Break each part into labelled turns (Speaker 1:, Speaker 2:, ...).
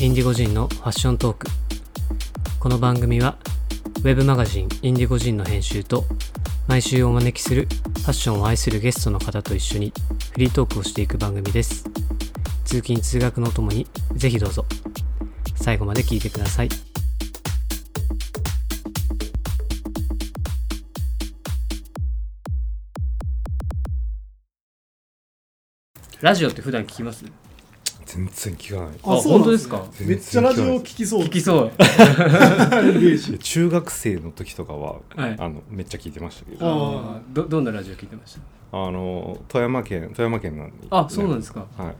Speaker 1: インディゴジンのファッショントークこの番組はウェブマガジンインディゴジンの編集と毎週お招きするファッションを愛するゲストの方と一緒にフリートークをしていく番組です通勤通学のともにぜひどうぞ最後まで聞いてくださいラジオって普段聞きます
Speaker 2: 全然聞かない
Speaker 1: あ
Speaker 3: そ
Speaker 1: 本
Speaker 3: うな
Speaker 1: 当
Speaker 3: ん
Speaker 1: ですか
Speaker 2: 全
Speaker 3: め
Speaker 2: 然
Speaker 3: っちゃラジオ
Speaker 2: 聞
Speaker 3: 聞きそう。
Speaker 1: 聞きそう
Speaker 3: あるイメー
Speaker 2: かな
Speaker 3: ジ
Speaker 2: い中学生の時とかは、
Speaker 1: はい
Speaker 2: あのめっちゃ聞いてましたけど
Speaker 3: あ
Speaker 1: あーどどんなラジオ聞いてまし
Speaker 2: あの富山県富山県なんで、
Speaker 1: たあそうなんですか
Speaker 2: はい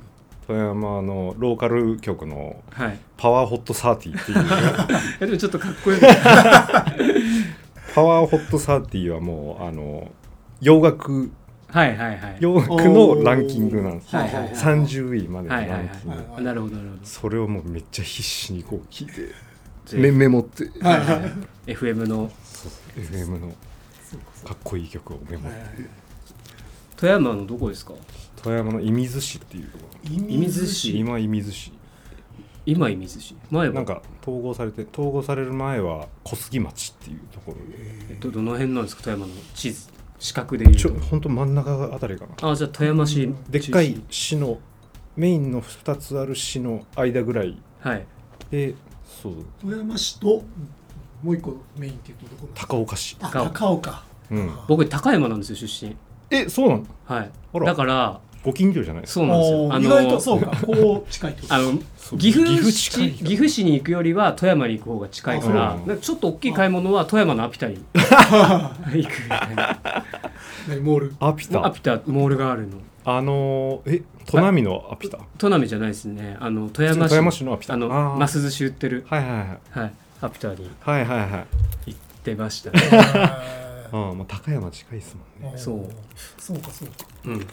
Speaker 2: 富山のローカル局の
Speaker 1: はい
Speaker 2: パワーホットサーティーっていう
Speaker 1: えでもちょっとかっこいい
Speaker 2: パワーホットサーティーはもうあの洋楽
Speaker 1: はいはいはい
Speaker 2: 洋楽のランキングなんですよ、
Speaker 1: はいはいはい
Speaker 2: 30位までのランキング、
Speaker 1: はい
Speaker 3: はい
Speaker 1: なるほどなるほ
Speaker 2: それをもうめっちゃ必死にこう聞いて
Speaker 1: ど
Speaker 2: メメモって
Speaker 3: はいはいはい。
Speaker 1: FM の
Speaker 2: FM のかっこいい曲をメモって、
Speaker 1: 富山のどこですか
Speaker 2: 富山の射水市っていうところ
Speaker 1: 射水市
Speaker 2: 今射水市
Speaker 1: 今射水市前は
Speaker 2: なんか統合されて統合される前は小杉町っていうところで
Speaker 1: えどどの辺なんですか富山の地図四角でいう
Speaker 2: ち
Speaker 1: と
Speaker 2: ょほんと真ん中あたりかな
Speaker 1: あじゃあ富山市
Speaker 2: でっかい市のメインの2つある市の間ぐらい
Speaker 1: はい
Speaker 2: でそう
Speaker 3: 富山市ともう一個メインっていうとどこなんですか
Speaker 2: 高岡市、
Speaker 3: あ
Speaker 1: 高岡
Speaker 3: 高岡。
Speaker 2: うん、
Speaker 1: 僕高山なんですよ出身
Speaker 2: えそうなの
Speaker 1: はい
Speaker 2: あら
Speaker 1: だから
Speaker 2: ご近所じゃないですか
Speaker 1: そうなんですよ
Speaker 3: おー
Speaker 1: あの
Speaker 3: 意外とそうか。こう近いってこと
Speaker 1: あ
Speaker 3: です。
Speaker 1: の
Speaker 2: そう
Speaker 1: 岐阜市
Speaker 2: 近いから
Speaker 1: 岐阜市に行くよりは富山に行く方が近いか
Speaker 2: あ
Speaker 1: ら
Speaker 2: そう
Speaker 1: なんかちょっと大きい買い物は富山のアピタに行くみたいな
Speaker 3: 何モー ル。
Speaker 2: アピ
Speaker 1: ア
Speaker 2: タ
Speaker 1: ピタモールがあるの
Speaker 2: あのー、え砺波のアピタ
Speaker 1: 砺波じゃないですねあの富
Speaker 2: 普
Speaker 1: 山
Speaker 2: 通の
Speaker 1: 市
Speaker 2: 富山市のアピタ
Speaker 1: あの
Speaker 2: ー
Speaker 1: ます寿司売ってる、
Speaker 2: はいはいはい
Speaker 1: はい、アピタに
Speaker 2: はいはいはい
Speaker 1: 行ってましたね
Speaker 2: あーもう高山近いですもんね
Speaker 1: そう
Speaker 3: うん。そうかそうか。
Speaker 1: うん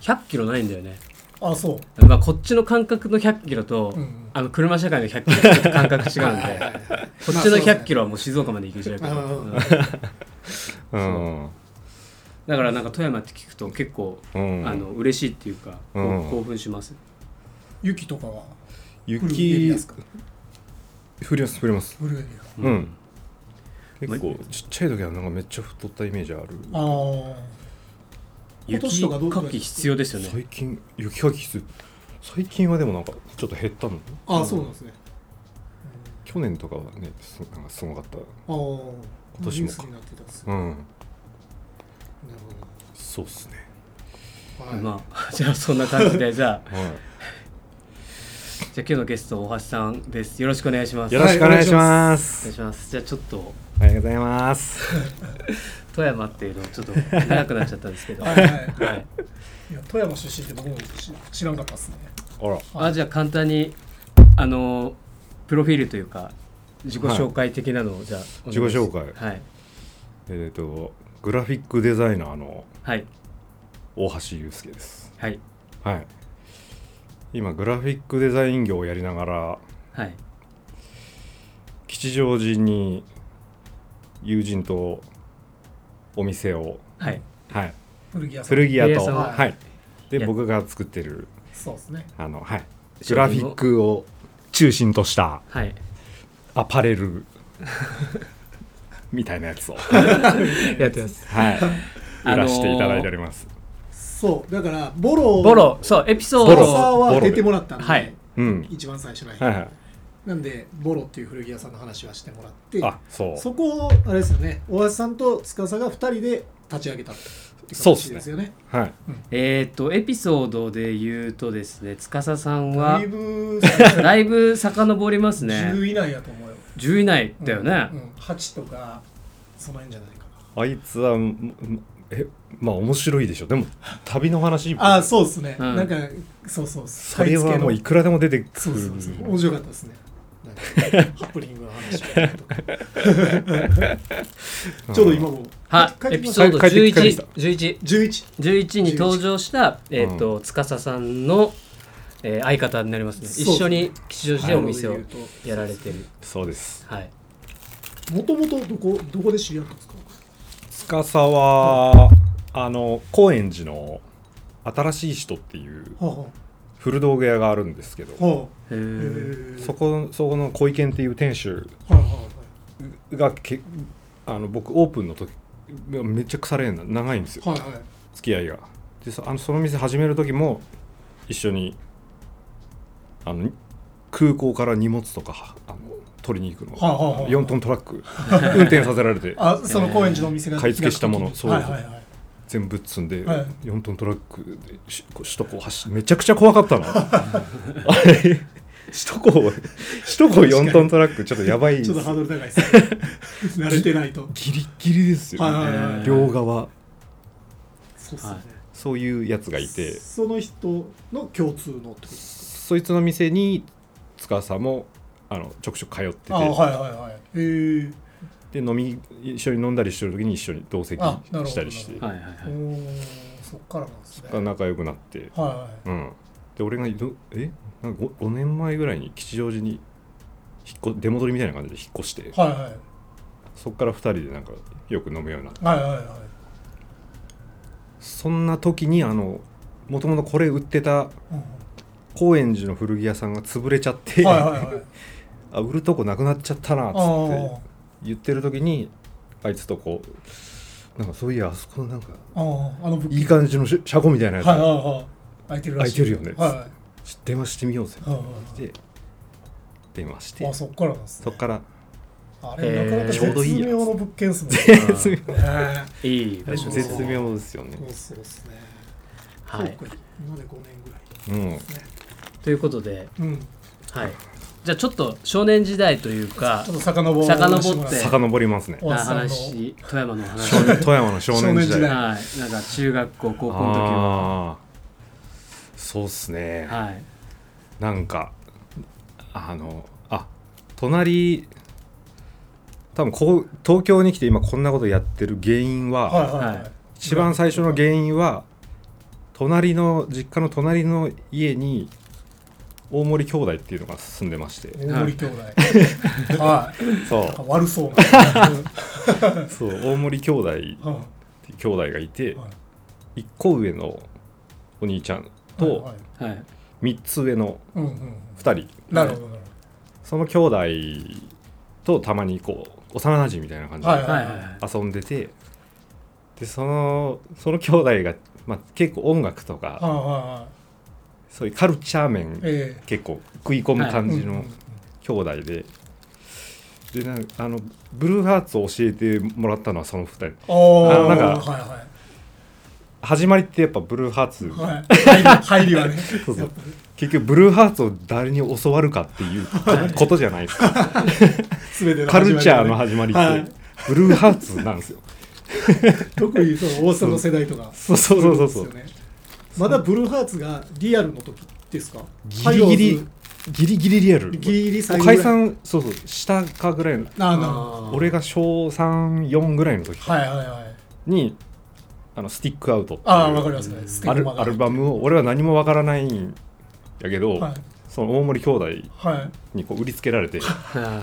Speaker 1: 100キロないんだよね、
Speaker 3: あそう。
Speaker 1: まあ、こっちの感覚の100キロと、
Speaker 3: うん
Speaker 1: あの車社会の100キロと感覚違うんでこっちの100キロはもう静岡まで行けちゃうから、
Speaker 3: まあそう
Speaker 1: うん
Speaker 3: だ
Speaker 2: うん
Speaker 1: だからなんか富山って聞くと結構、
Speaker 2: うん
Speaker 1: あの嬉しいっていうか、こう
Speaker 2: うん
Speaker 1: 興奮します
Speaker 3: 雪とかは降るエリア
Speaker 2: 雪
Speaker 3: ですか。
Speaker 2: 降ります降ります
Speaker 3: 降るエリ
Speaker 2: うん、
Speaker 1: うん
Speaker 2: 結構ちっちゃい時はなんかめっちゃ太ったイメージある
Speaker 3: ア。ああ。今
Speaker 1: 雪
Speaker 3: 年とかどう
Speaker 1: かき必要ですよね
Speaker 2: 最近雪かき必須最近はでもなんかちょっと減ったの
Speaker 3: あそうなんですね。
Speaker 2: 去年とかはねすなんかすごかっ
Speaker 3: ああ。
Speaker 2: 今年もか
Speaker 3: ニュースになってたんです
Speaker 2: た
Speaker 3: ね。
Speaker 2: うん
Speaker 3: なる
Speaker 2: そうっすね
Speaker 3: ほど。
Speaker 1: まあ じゃあそんな感じでじゃあ
Speaker 2: は
Speaker 1: じゃあ今日のゲスト大橋さんですよろしくお願いしま
Speaker 2: い
Speaker 1: す
Speaker 2: よろしくお願いしま
Speaker 1: お
Speaker 2: す、
Speaker 1: 願いしますじゃあちょっと
Speaker 2: ありがとうございます
Speaker 1: 富山っていうのをちょっと長くなっちゃったんです けど、
Speaker 3: はいはい。
Speaker 1: はい、
Speaker 3: いや富山出身って僕も知知らんかったっすね。
Speaker 2: あら
Speaker 1: あじゃあ簡単にあのープロフィールというか自己紹介的なのを、じゃあお願いします
Speaker 2: 自己紹介
Speaker 1: はい
Speaker 2: えっ、とグラフィックデザイナーの
Speaker 1: はい
Speaker 2: 大橋祐介です
Speaker 1: はい
Speaker 2: はい今グラフィックデザイン業をやりながら
Speaker 1: はい
Speaker 2: 吉祥寺に友人とお店を、
Speaker 1: はい
Speaker 2: はい、
Speaker 3: 古着屋さん。
Speaker 2: 古着屋
Speaker 1: 古着屋
Speaker 2: と、
Speaker 1: さん
Speaker 3: は
Speaker 2: はい、で
Speaker 1: や
Speaker 2: 僕が作ってる
Speaker 3: そうですね。
Speaker 2: あの、はい、グラフィックを中心とした
Speaker 1: はい
Speaker 2: アパレルみたいなやつを、
Speaker 1: やってます
Speaker 2: はい、
Speaker 1: あのー
Speaker 2: 売らせていただいております。
Speaker 3: そうだからボロ
Speaker 1: ボロそうエピソー
Speaker 2: ボ
Speaker 3: ボ
Speaker 2: ロ
Speaker 3: ロ
Speaker 1: ド
Speaker 3: は出てもらったんで、
Speaker 1: はい
Speaker 2: うん
Speaker 3: 一番最初の、
Speaker 2: はいはい、
Speaker 3: なんでボロっていう古着屋さんの話はしてもらって
Speaker 2: あそう
Speaker 3: そこをあれですよね大橋さんと司が二人で立ち上げたって
Speaker 2: そうっすね
Speaker 3: ですよね
Speaker 2: はい、
Speaker 1: えーっとエピソードで言うとですね司さん
Speaker 3: だ
Speaker 1: はい
Speaker 3: ぶ
Speaker 1: だいぶ遡りますね
Speaker 3: 10以内やと思うよ
Speaker 1: 10以内だよね、
Speaker 3: うんうん、8とかその辺じゃないか
Speaker 2: あいつはんえまあ面白いでしょでも旅の話
Speaker 3: なあそうですね、
Speaker 1: うん
Speaker 3: なんかそうそう
Speaker 2: それはもういくらでも出てく
Speaker 3: そう
Speaker 2: る
Speaker 3: そうそう面白かったですね なんかハプニングの話とか ちょうど今も
Speaker 1: は
Speaker 3: 書い
Speaker 1: エ
Speaker 3: て
Speaker 1: ピ
Speaker 3: きま
Speaker 1: ソ
Speaker 3: した
Speaker 1: ード
Speaker 2: 帰ってきました
Speaker 1: 11 11
Speaker 3: 11
Speaker 1: 11に登場した、えーっと
Speaker 2: う
Speaker 1: 司さんの、えー相方になりますね
Speaker 3: そう
Speaker 1: 一緒に吉祥寺でお店を
Speaker 3: なるほど言うと
Speaker 1: やられてる
Speaker 2: そうです
Speaker 1: はい
Speaker 3: もともとどこどこで知り合ったんですか
Speaker 2: 司は、あの高円寺の新しい人っていう
Speaker 3: はあは
Speaker 2: 古道具屋があるんですけど
Speaker 3: は
Speaker 4: へ
Speaker 3: あ、
Speaker 4: え
Speaker 2: そこそこの小池っていう店主
Speaker 3: はいはいはい
Speaker 2: がけあの僕オープンの時めっちゃ腐れ縁な長いんですよ
Speaker 3: はいはい
Speaker 2: 付き合いがでそあのその店始める時も一緒にあの空港から荷物とかあの取りに行くの、
Speaker 3: はあはあはあ
Speaker 2: 4トントラック運転させられて
Speaker 3: あその高円寺のお店が、
Speaker 2: 買い付けしたものそう
Speaker 3: はいはいはい
Speaker 2: 全部積んで、
Speaker 3: はい
Speaker 2: 4トントラックでしこう首都高を走めちゃくちゃ怖か ったのあれ首都高首都高4トントラックちょっとやばいです
Speaker 3: ちょっとハードル高いですね慣れてないと
Speaker 2: ギリギリですよ、
Speaker 3: はいはいはいはい
Speaker 2: 両側
Speaker 3: そうっすね、
Speaker 4: は
Speaker 2: そういうやつがいて
Speaker 3: その人の共通のってことです
Speaker 2: そいつの店に司もあのちょくちょく通ってて、
Speaker 3: かあはいはいはいへえ
Speaker 2: で飲み一緒に飲んだりしてる時に一緒に同席
Speaker 3: あなるほど
Speaker 2: したりして
Speaker 4: はいはいはい
Speaker 3: おーそっからなんですねはい
Speaker 2: 仲良くなって、
Speaker 3: は
Speaker 2: うん、で俺がいどえなんか 5, 5年前ぐらいに吉祥寺に引っ越出戻りみたいな感じで引っ越して
Speaker 3: いはいはい
Speaker 2: そっから2人でなんかよく飲むようになった
Speaker 3: はいはいはい
Speaker 2: そんな時にあのもともとこれ売ってた
Speaker 3: うん
Speaker 2: 高円寺の古着屋さんが潰れちゃって、
Speaker 3: はいはいはい
Speaker 2: あ売るとこなくなっちゃったなっつって
Speaker 3: あ
Speaker 2: 言ってる時にあいつとこうなんかそういやあそこのなんか
Speaker 3: ああああの物
Speaker 2: いい感じのし車庫みたいなやつ、
Speaker 3: はいはいはい空いてるらしい
Speaker 2: 空いてるよね
Speaker 3: はいはい
Speaker 2: ちょっと電話してみようぜ
Speaker 3: はいはい
Speaker 2: で電話して
Speaker 3: あそっからなんです
Speaker 2: そ
Speaker 3: ね
Speaker 2: っから
Speaker 3: あれなかなか
Speaker 4: えーちょう
Speaker 2: どいい
Speaker 3: 絶
Speaker 2: やつ
Speaker 3: 妙な物件ですもんね
Speaker 2: 絶妙
Speaker 3: ね
Speaker 4: いい場所です
Speaker 2: 絶
Speaker 4: ね
Speaker 2: 妙ですよね
Speaker 3: そうそうですね
Speaker 4: はい
Speaker 3: そうか今まで5年ぐ
Speaker 2: う
Speaker 3: らい
Speaker 2: ん
Speaker 4: ということで
Speaker 3: うんち
Speaker 4: はいじゃあちょっと少年時代というか
Speaker 3: ょっと遡ぼ
Speaker 4: 遡って
Speaker 2: 遡りますね
Speaker 3: お
Speaker 4: な
Speaker 3: さんの
Speaker 4: 話富山の話
Speaker 2: 少年富山の少年時代
Speaker 3: 少年時代
Speaker 4: はいなんか中学校高校の時は
Speaker 2: あーそうっすね
Speaker 4: はい
Speaker 2: なんかあのあ隣多分こう東京に来て今こんなことやってる原因は、
Speaker 3: はいはい
Speaker 4: は
Speaker 3: はいい
Speaker 2: 一番最初の原因は隣の実家の隣の家に大森兄弟っていうのが住んでまして
Speaker 3: 大森兄弟はい
Speaker 2: そ
Speaker 3: なんか悪そうなうん
Speaker 2: うそう大森兄弟って
Speaker 3: はい
Speaker 2: 兄弟がいて
Speaker 3: はい
Speaker 2: 1個上のお兄ちゃんと
Speaker 3: はいはい
Speaker 4: はい
Speaker 2: 3つ上の
Speaker 3: うんうんうん
Speaker 2: 2人
Speaker 3: なるほどなる
Speaker 2: その兄弟とたまにこう幼なじみみたいな感じ
Speaker 3: ほどはい
Speaker 2: で
Speaker 3: はい
Speaker 4: は
Speaker 3: はい
Speaker 4: はい
Speaker 3: い
Speaker 2: 遊んでてでそのその兄弟が、まあ、結構音楽と
Speaker 3: は
Speaker 2: か
Speaker 3: いは
Speaker 2: そういうカルチャー面
Speaker 3: いえ
Speaker 2: 結構食い込む
Speaker 3: え
Speaker 2: 感じの。兄弟ででなんかあのブルーハーツを教えてもらったのはその2人
Speaker 3: おお
Speaker 2: あなんか
Speaker 3: はいは
Speaker 2: 始まりってやっぱブルーハーツ、
Speaker 3: いはい入り入りはね
Speaker 2: そうそ
Speaker 3: や
Speaker 2: う
Speaker 3: っぱり
Speaker 2: 結局ブルーハーツを誰に教わるかっていうことじゃないですか
Speaker 3: 全ての
Speaker 2: カルチャーの
Speaker 3: 始まりはね
Speaker 2: 始まり
Speaker 3: は
Speaker 2: っ
Speaker 3: い
Speaker 2: てブルーハーツなんですよ
Speaker 3: 特にその大さんの世代とか
Speaker 2: そうそうそうそうそう
Speaker 3: ですよねまだブルーハーツがリアルの時ですか
Speaker 2: ギリギリギリギリリアル
Speaker 3: ギリギリ最後ぐら
Speaker 2: 解
Speaker 3: い
Speaker 2: 散そうそうしたかぐらいの
Speaker 3: ああなるほど
Speaker 4: あー
Speaker 2: 俺が小34ぐらいの時
Speaker 3: はいはいはい
Speaker 2: にあのスティックアウトっていう
Speaker 3: ああわかりますねステ
Speaker 2: ア
Speaker 3: ッ
Speaker 2: ル
Speaker 3: マが
Speaker 2: アルバムを俺は何もわからないんやけど、
Speaker 3: はい
Speaker 2: その大森兄弟
Speaker 3: はい
Speaker 2: にこう売りつけられてあ
Speaker 4: あ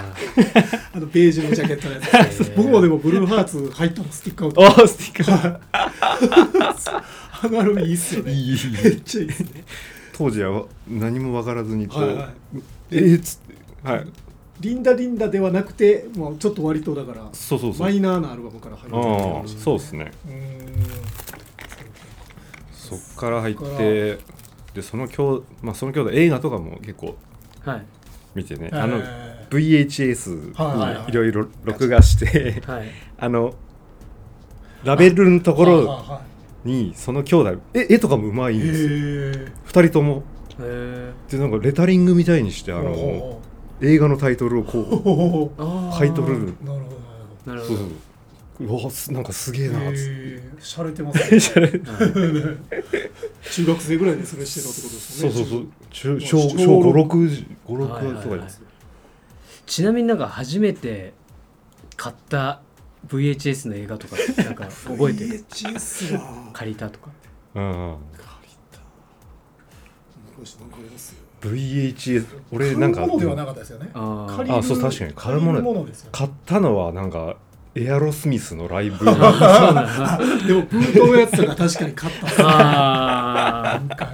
Speaker 3: あのベージュのジャケットのやつ僕もでもブルーハーツ入ったのスティックア ウト
Speaker 2: ースティック
Speaker 3: あのアルバムいいっすよね
Speaker 2: いい
Speaker 3: めっちゃいいっすね
Speaker 2: 当時は何もわからずにこう、
Speaker 3: はいはい
Speaker 2: えーっつってはい
Speaker 3: リンダリンダではなくてもうちょっと割とだから
Speaker 2: そうそうそう
Speaker 3: マ
Speaker 2: あ
Speaker 3: イナーなアルバムから入る
Speaker 2: あそうですね
Speaker 3: うーん
Speaker 2: そっから入っ
Speaker 3: そって
Speaker 2: でその兄,、まあ、その兄弟映画とかも結構
Speaker 4: ーはい
Speaker 2: 見てね、
Speaker 3: えー
Speaker 2: あの VHS
Speaker 3: はいはいはい
Speaker 2: にいろいろ録画して、
Speaker 4: はい
Speaker 2: あのラベルのとこ
Speaker 3: は
Speaker 2: ろ
Speaker 3: いは
Speaker 2: にその兄弟え絵とかもうまい
Speaker 3: い
Speaker 2: ん
Speaker 3: はい
Speaker 2: ですよ
Speaker 3: へえ
Speaker 2: 2人とも
Speaker 4: へー
Speaker 2: でなんかレタリングみたいにしてあ
Speaker 3: ほう
Speaker 2: の
Speaker 3: ほ
Speaker 2: 映画のタイトルをこう
Speaker 3: うほうほうほう
Speaker 4: あー
Speaker 2: 買い取る
Speaker 3: なるほど
Speaker 4: なる
Speaker 2: そう
Speaker 4: ほ
Speaker 2: そう
Speaker 4: ど
Speaker 2: そううわすなんかすげえ
Speaker 3: な
Speaker 2: な
Speaker 3: るほど。
Speaker 2: つっ
Speaker 3: えー、しゃれてますね。
Speaker 2: て
Speaker 3: 中学生ぐらいでそれしてたってことです
Speaker 2: そ
Speaker 3: よ
Speaker 2: う
Speaker 3: ね。
Speaker 2: そうそう中
Speaker 3: 中
Speaker 2: 小小
Speaker 3: 小六
Speaker 2: 56五六
Speaker 4: はいはい
Speaker 2: と
Speaker 4: は
Speaker 2: か
Speaker 4: い
Speaker 2: です
Speaker 4: ちなみになんか初めて買った VHS の映画とかってなんか覚えて る
Speaker 3: VHS は
Speaker 4: 借りたとか
Speaker 2: うんうん
Speaker 3: 借りた。残し残りますよ。
Speaker 2: VHS
Speaker 3: こ
Speaker 2: 俺なんか
Speaker 3: ものではなかったですよね。
Speaker 4: あー
Speaker 3: 借りる
Speaker 2: あそう確かに買うもの
Speaker 3: 借りるものですよね。
Speaker 2: 買ったのはなんかエアロスミスのライブ
Speaker 1: そうなんだ
Speaker 3: でも、封筒のやつとか確かに買ったっす
Speaker 1: あ
Speaker 3: なんか、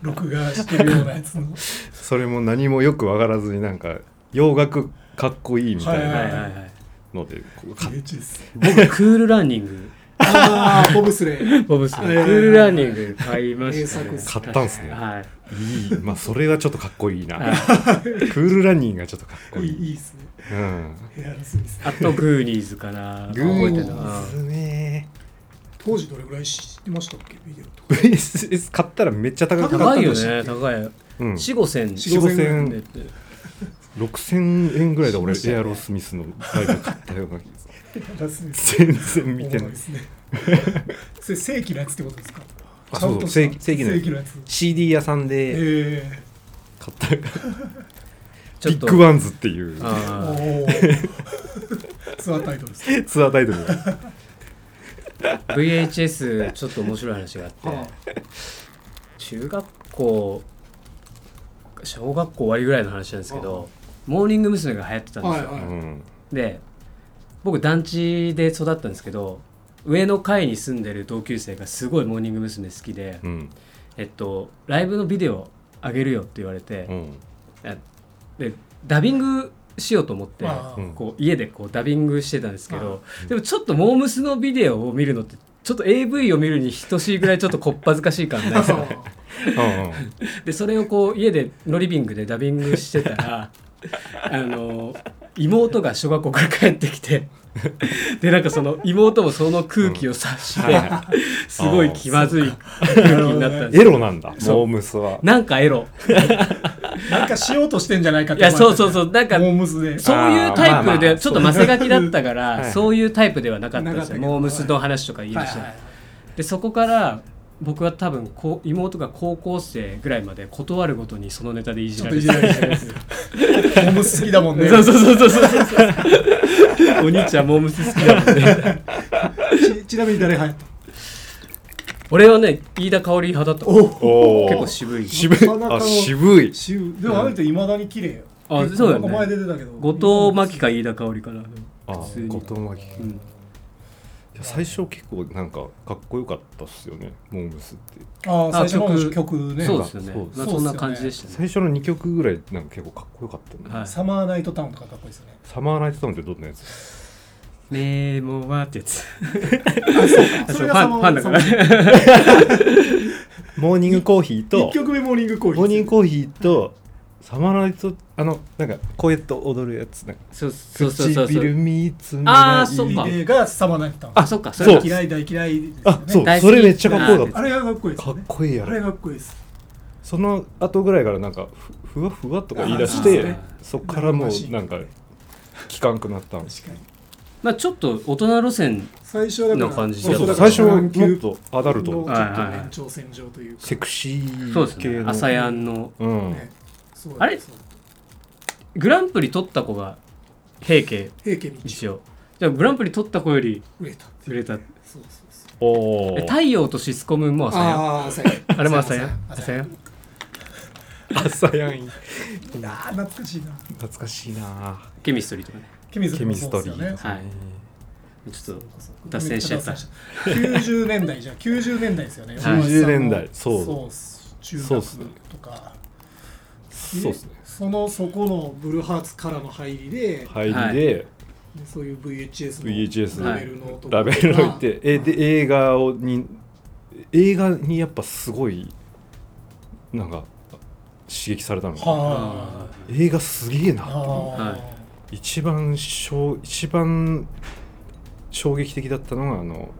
Speaker 3: 録画してるようなやつの。
Speaker 2: それも何もよくわからずになんか洋楽かっこいいみたい
Speaker 1: あ
Speaker 3: は
Speaker 1: はい
Speaker 2: ない
Speaker 1: はいはい
Speaker 2: のでこう買っ
Speaker 3: ゲチです。
Speaker 1: 僕クールランニング
Speaker 3: ああ、ボブスレ ー。
Speaker 1: ボブスレ
Speaker 3: は
Speaker 1: ー
Speaker 3: い
Speaker 1: クールランニング買いましたね
Speaker 3: 名作っ
Speaker 2: す買ったんすね
Speaker 1: はい
Speaker 2: いいまあそれはちょっとかっこいいな
Speaker 1: はい
Speaker 2: クールランニングがちょっとかっこ
Speaker 3: い
Speaker 2: い
Speaker 3: い
Speaker 2: い、
Speaker 3: いいですね。
Speaker 2: うん、
Speaker 3: エアロスミス。
Speaker 1: あとグーニーズかな
Speaker 2: グーニ
Speaker 1: 覚えてるな
Speaker 2: ーズね
Speaker 3: 当時どれぐらい知ってましたっけビデオとか。
Speaker 2: VSS 買ったらめっちゃ高かった
Speaker 1: 高いよ
Speaker 2: し
Speaker 1: ね高い
Speaker 2: うん、
Speaker 1: 四五千
Speaker 3: 四
Speaker 2: 4 5千
Speaker 1: で
Speaker 2: 円6000円ぐらいで俺エアロスミスのライブ買ったような気がする
Speaker 3: エアロスミス。
Speaker 2: 全然見て
Speaker 3: おも
Speaker 2: な
Speaker 3: ろ
Speaker 2: い
Speaker 3: ですね。 それ正規のやつってことですか
Speaker 2: あそうそう
Speaker 3: ちゃんとした
Speaker 2: 正規正規のやつ
Speaker 3: 正規のやつ。
Speaker 2: CD 屋さんで
Speaker 3: ええ
Speaker 2: 買ったビ
Speaker 1: ちょっ
Speaker 2: ッ
Speaker 1: と
Speaker 2: グワンズっていう
Speaker 1: あ
Speaker 3: おお。ツアータイ トルです。
Speaker 2: ツアータイトルが
Speaker 1: ー VHS ちょっと面白い話があって
Speaker 3: は
Speaker 1: 中学校小学校終わりぐらいの話なんですけどモーニング娘。が流行ってた
Speaker 3: あ、
Speaker 1: んです
Speaker 3: はい
Speaker 1: よ
Speaker 2: うん
Speaker 1: で僕団地で育ったんですけど上の階に住んでる同級生がすごいモーニング娘。好きで、
Speaker 2: うん
Speaker 1: えっと、ライブのビデオあげるよって言われ
Speaker 2: う
Speaker 1: て、
Speaker 2: ん
Speaker 1: あでダビングしようと思って、
Speaker 3: はい。
Speaker 2: うん
Speaker 1: こう家でこうダビングしてたんですけど、
Speaker 2: うん
Speaker 1: でもちょっとモームスのビデオを見るのってちょっと AV を見るに等しいぐらいちょっとこっぱずかしい感ないですか
Speaker 2: う
Speaker 1: でそれをこう家でのリビングでダビングしてたらあの妹が小学校から帰ってきてでなんかその妹もその空気を察し
Speaker 2: うん
Speaker 1: て、
Speaker 2: は
Speaker 1: すごい気まずい空気になったん
Speaker 2: ん
Speaker 1: です
Speaker 2: エロなんだモ
Speaker 1: そう
Speaker 2: ームスは
Speaker 1: なんかエロ
Speaker 3: なんかしようとしてんじゃないかっ
Speaker 1: い
Speaker 3: て
Speaker 1: や
Speaker 3: 思われ
Speaker 1: そう
Speaker 3: て
Speaker 1: そうそうなんか
Speaker 3: モームスで。
Speaker 1: そういうタイプ
Speaker 2: あーまあま
Speaker 1: で
Speaker 2: あ
Speaker 1: ちょっとマセガキだったか
Speaker 2: いは
Speaker 1: ら
Speaker 2: い
Speaker 1: そういうタイプではなかったんで
Speaker 3: なかっ
Speaker 1: す
Speaker 3: た
Speaker 1: よ
Speaker 3: けど
Speaker 1: モームスの話とか言い出して
Speaker 3: はいはい
Speaker 1: でそこから僕は多分こう妹が高校生ぐらいまで断るごとにそのネタでいじ
Speaker 3: ちょ
Speaker 1: ら
Speaker 3: っと
Speaker 1: れて
Speaker 3: いじ
Speaker 1: た
Speaker 3: られてるやつ。モームス好きだもんね。
Speaker 1: そうそうそうそうそうそうそう。お兄ちゃんモームス好きだもんね。
Speaker 3: ちちなみに誰入った
Speaker 1: 俺はね、飯田香織派だった。結
Speaker 2: おー
Speaker 1: 構渋い。
Speaker 2: 渋い
Speaker 3: なかなかの
Speaker 2: あ渋い
Speaker 3: 渋いでもあれっていまだに綺麗よ。
Speaker 1: あ
Speaker 3: 結構
Speaker 1: そうだよね
Speaker 3: なんか前出てたけど。
Speaker 1: 後藤真希か飯田香織かな。
Speaker 2: あ
Speaker 1: 普通に
Speaker 2: 後藤真希
Speaker 1: うん
Speaker 2: いや最初結構なんかかっこよかったっすよねモームスって
Speaker 3: ああ、
Speaker 1: あ
Speaker 3: 最初の
Speaker 1: 曲
Speaker 3: 曲ね。
Speaker 1: そうですよね
Speaker 2: そう。
Speaker 1: まあ
Speaker 3: そうっすよね
Speaker 1: そんな感じでしたね。
Speaker 2: 最初の2曲ぐらいなんか結構かっこよかったよね
Speaker 1: はい
Speaker 3: サマーナイトタウンとかかっこいいですよね。
Speaker 2: サマーナイトタウンってどんなやつ
Speaker 1: メモはってやつ。
Speaker 3: か
Speaker 1: そうファンファンだから。
Speaker 2: モーニングコーヒーと
Speaker 3: 一曲目モーニングコーヒー。
Speaker 2: モーニングコーヒーとサマーナイトあのなんかこうやって踊るやつなんか
Speaker 1: そうそうそうそうそう
Speaker 2: 唇。見つめ
Speaker 1: あ
Speaker 2: な
Speaker 1: ー
Speaker 2: い
Speaker 1: そっか
Speaker 3: いいねがサマーナイトタウン。
Speaker 1: あ、そっか。そ
Speaker 2: そう
Speaker 1: れ
Speaker 3: 嫌い大嫌いですよ
Speaker 2: あ
Speaker 3: ね。
Speaker 2: そう
Speaker 1: 大好き
Speaker 2: それめっちゃかっこよか
Speaker 3: あ
Speaker 2: っ
Speaker 3: れがかっこいい
Speaker 2: た
Speaker 3: です
Speaker 2: か
Speaker 3: よ
Speaker 2: っ
Speaker 3: ね。
Speaker 2: こいいや
Speaker 3: あれ
Speaker 2: ろ
Speaker 3: がかっこいいです。
Speaker 2: その後ぐらいからなんかふふわふわとか言い出し
Speaker 1: あーそう
Speaker 2: て
Speaker 1: ね
Speaker 2: そっからもうなんか聞かんくなったんです
Speaker 3: 確かに。
Speaker 1: まあちょっと大人路線。
Speaker 3: 最初はだから
Speaker 1: の感じ
Speaker 3: そうそうだから
Speaker 2: 最初はも
Speaker 3: サマー
Speaker 2: っとアダル
Speaker 3: の
Speaker 2: ト
Speaker 3: ちょっとね延長線上というか。
Speaker 2: セクシ
Speaker 1: そう
Speaker 2: ー
Speaker 1: です
Speaker 2: 系
Speaker 1: ね。
Speaker 2: の
Speaker 1: 朝やんの
Speaker 2: うん
Speaker 3: ねそう
Speaker 1: あれ
Speaker 3: そう
Speaker 1: グランプリ取った子が平家
Speaker 3: 平家に
Speaker 1: 一応。じゃあグランプリ取った子より
Speaker 3: 売れたっていう。
Speaker 1: 売れた。
Speaker 3: そうそうそう。
Speaker 2: お
Speaker 1: え
Speaker 2: ー
Speaker 1: 太陽とシスコムーンも朝やん。
Speaker 3: ああ、朝やん。
Speaker 1: あれも朝やん
Speaker 3: 朝
Speaker 1: 朝
Speaker 3: や
Speaker 1: や
Speaker 3: ん。
Speaker 1: ん
Speaker 2: 朝やん
Speaker 3: ああ、懐かしいな。
Speaker 2: 懐かしいな
Speaker 1: ケミストリーとかね。
Speaker 3: ケミス
Speaker 2: ケミストリ
Speaker 3: もそうですよ
Speaker 2: ー
Speaker 3: ね
Speaker 1: はいちょっと
Speaker 3: 脱
Speaker 1: 脱線
Speaker 3: 線し
Speaker 1: し
Speaker 3: ち
Speaker 1: ち
Speaker 3: ゃ
Speaker 1: ゃ
Speaker 3: っ
Speaker 1: ったた
Speaker 3: 90年代じゃん90年代ですよね
Speaker 1: はい
Speaker 2: 90年代そう
Speaker 3: そうっす中
Speaker 2: そうっ
Speaker 3: 学
Speaker 2: すね
Speaker 3: とか
Speaker 2: そうっすね
Speaker 3: そのそこのブルーハーツからの入りで
Speaker 2: 入りで
Speaker 3: そういう VHS の
Speaker 2: VHS
Speaker 3: ラベルのとこ
Speaker 2: ラベルを置いてえで映画をに映画にやっぱすごいなんか刺激されたの
Speaker 3: は
Speaker 2: 映画すげえ
Speaker 3: あ
Speaker 2: な
Speaker 1: は
Speaker 3: は
Speaker 2: 一番衝一番衝撃的だったのがあの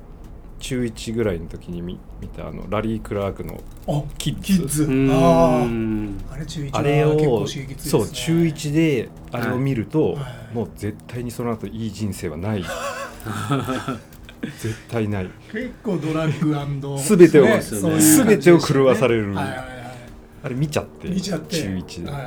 Speaker 2: 中1ぐらいの時に見見たあのラリー・クラークの
Speaker 3: ああ
Speaker 2: キッズ
Speaker 3: キッズ
Speaker 1: うー
Speaker 3: あ
Speaker 1: ん。
Speaker 3: ああれ中1
Speaker 2: あれ
Speaker 3: は結構
Speaker 2: を
Speaker 3: 刺激強いですね
Speaker 2: そう中1であれを見ると、
Speaker 3: はい
Speaker 2: もう絶対にその後いい人生は ない絶対ない
Speaker 3: 結構ドラッグ
Speaker 2: 全てを
Speaker 3: ねそういう感じでしたね
Speaker 2: 全てを狂わされる
Speaker 3: はいはいは
Speaker 2: あれ見ちゃって
Speaker 3: い見ちゃって
Speaker 2: 中1で,、
Speaker 3: はい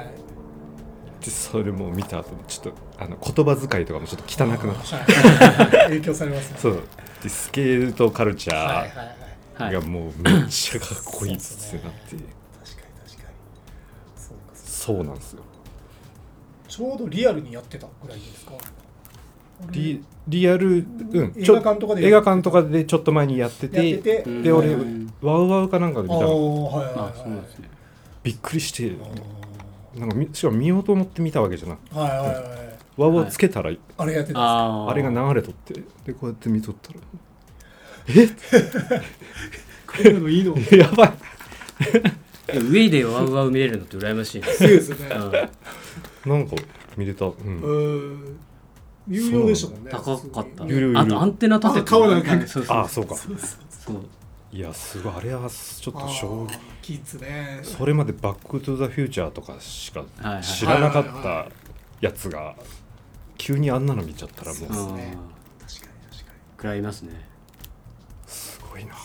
Speaker 2: でそれもう見た後ちょっとあの言葉遣いとかもちょっと汚くなって
Speaker 3: はい影響されますね
Speaker 2: そうでスケールとカルチ
Speaker 3: はいはい
Speaker 2: ャ
Speaker 3: はい
Speaker 2: ー
Speaker 1: はい
Speaker 2: が。もうめっちゃかっこいいっすってなって、
Speaker 3: 確かに確かにそうかそうか
Speaker 2: そうなんですよ
Speaker 3: ちょうどリアルにやってたぐらいですか
Speaker 2: リリアル、うん、
Speaker 3: 映
Speaker 2: ちょ
Speaker 3: 画館とかで
Speaker 2: 映画館とかでちょっと前にやってて
Speaker 3: やってて
Speaker 2: で俺
Speaker 1: うん
Speaker 2: ワウワウかなんかで見
Speaker 3: あ
Speaker 2: た
Speaker 3: あ
Speaker 2: の
Speaker 3: はいはい
Speaker 1: あ
Speaker 3: はい
Speaker 1: そうなんですね
Speaker 2: びっくりして
Speaker 3: あ
Speaker 2: なんかみしかも見ようと思って見たわけじゃなく
Speaker 3: ーはいはいはい
Speaker 2: ワウワウつけたら、
Speaker 3: あれやってたんで
Speaker 1: あー
Speaker 2: あれが流れとってでこうやって見とったら え
Speaker 3: すかこういうのいいの
Speaker 2: やばい
Speaker 1: えウェイでワウワウ見れるのって羨ましいね
Speaker 3: そうですよね
Speaker 1: うん
Speaker 2: なんか見れた、うん
Speaker 3: うん有料でしたもんね
Speaker 1: 高かった
Speaker 2: ゆるゆる
Speaker 1: あとアンテナ立てて
Speaker 3: あ顔なんか
Speaker 1: そうそう
Speaker 2: ああそうか
Speaker 3: そうそう
Speaker 1: そう
Speaker 2: いやすごいあれはちょっと衝撃
Speaker 3: あーキッズね
Speaker 2: それまで「バック・トゥ・ザ・フューチャー」とかしか
Speaker 1: はいはい
Speaker 2: 知らなか
Speaker 3: は
Speaker 2: っ
Speaker 3: いはい
Speaker 2: た
Speaker 3: は
Speaker 2: やつが急にあんなの見ちゃったらもう
Speaker 3: そう
Speaker 2: す
Speaker 3: です
Speaker 1: あ
Speaker 3: ね確かに確か
Speaker 1: ー食らいますね
Speaker 2: ごいな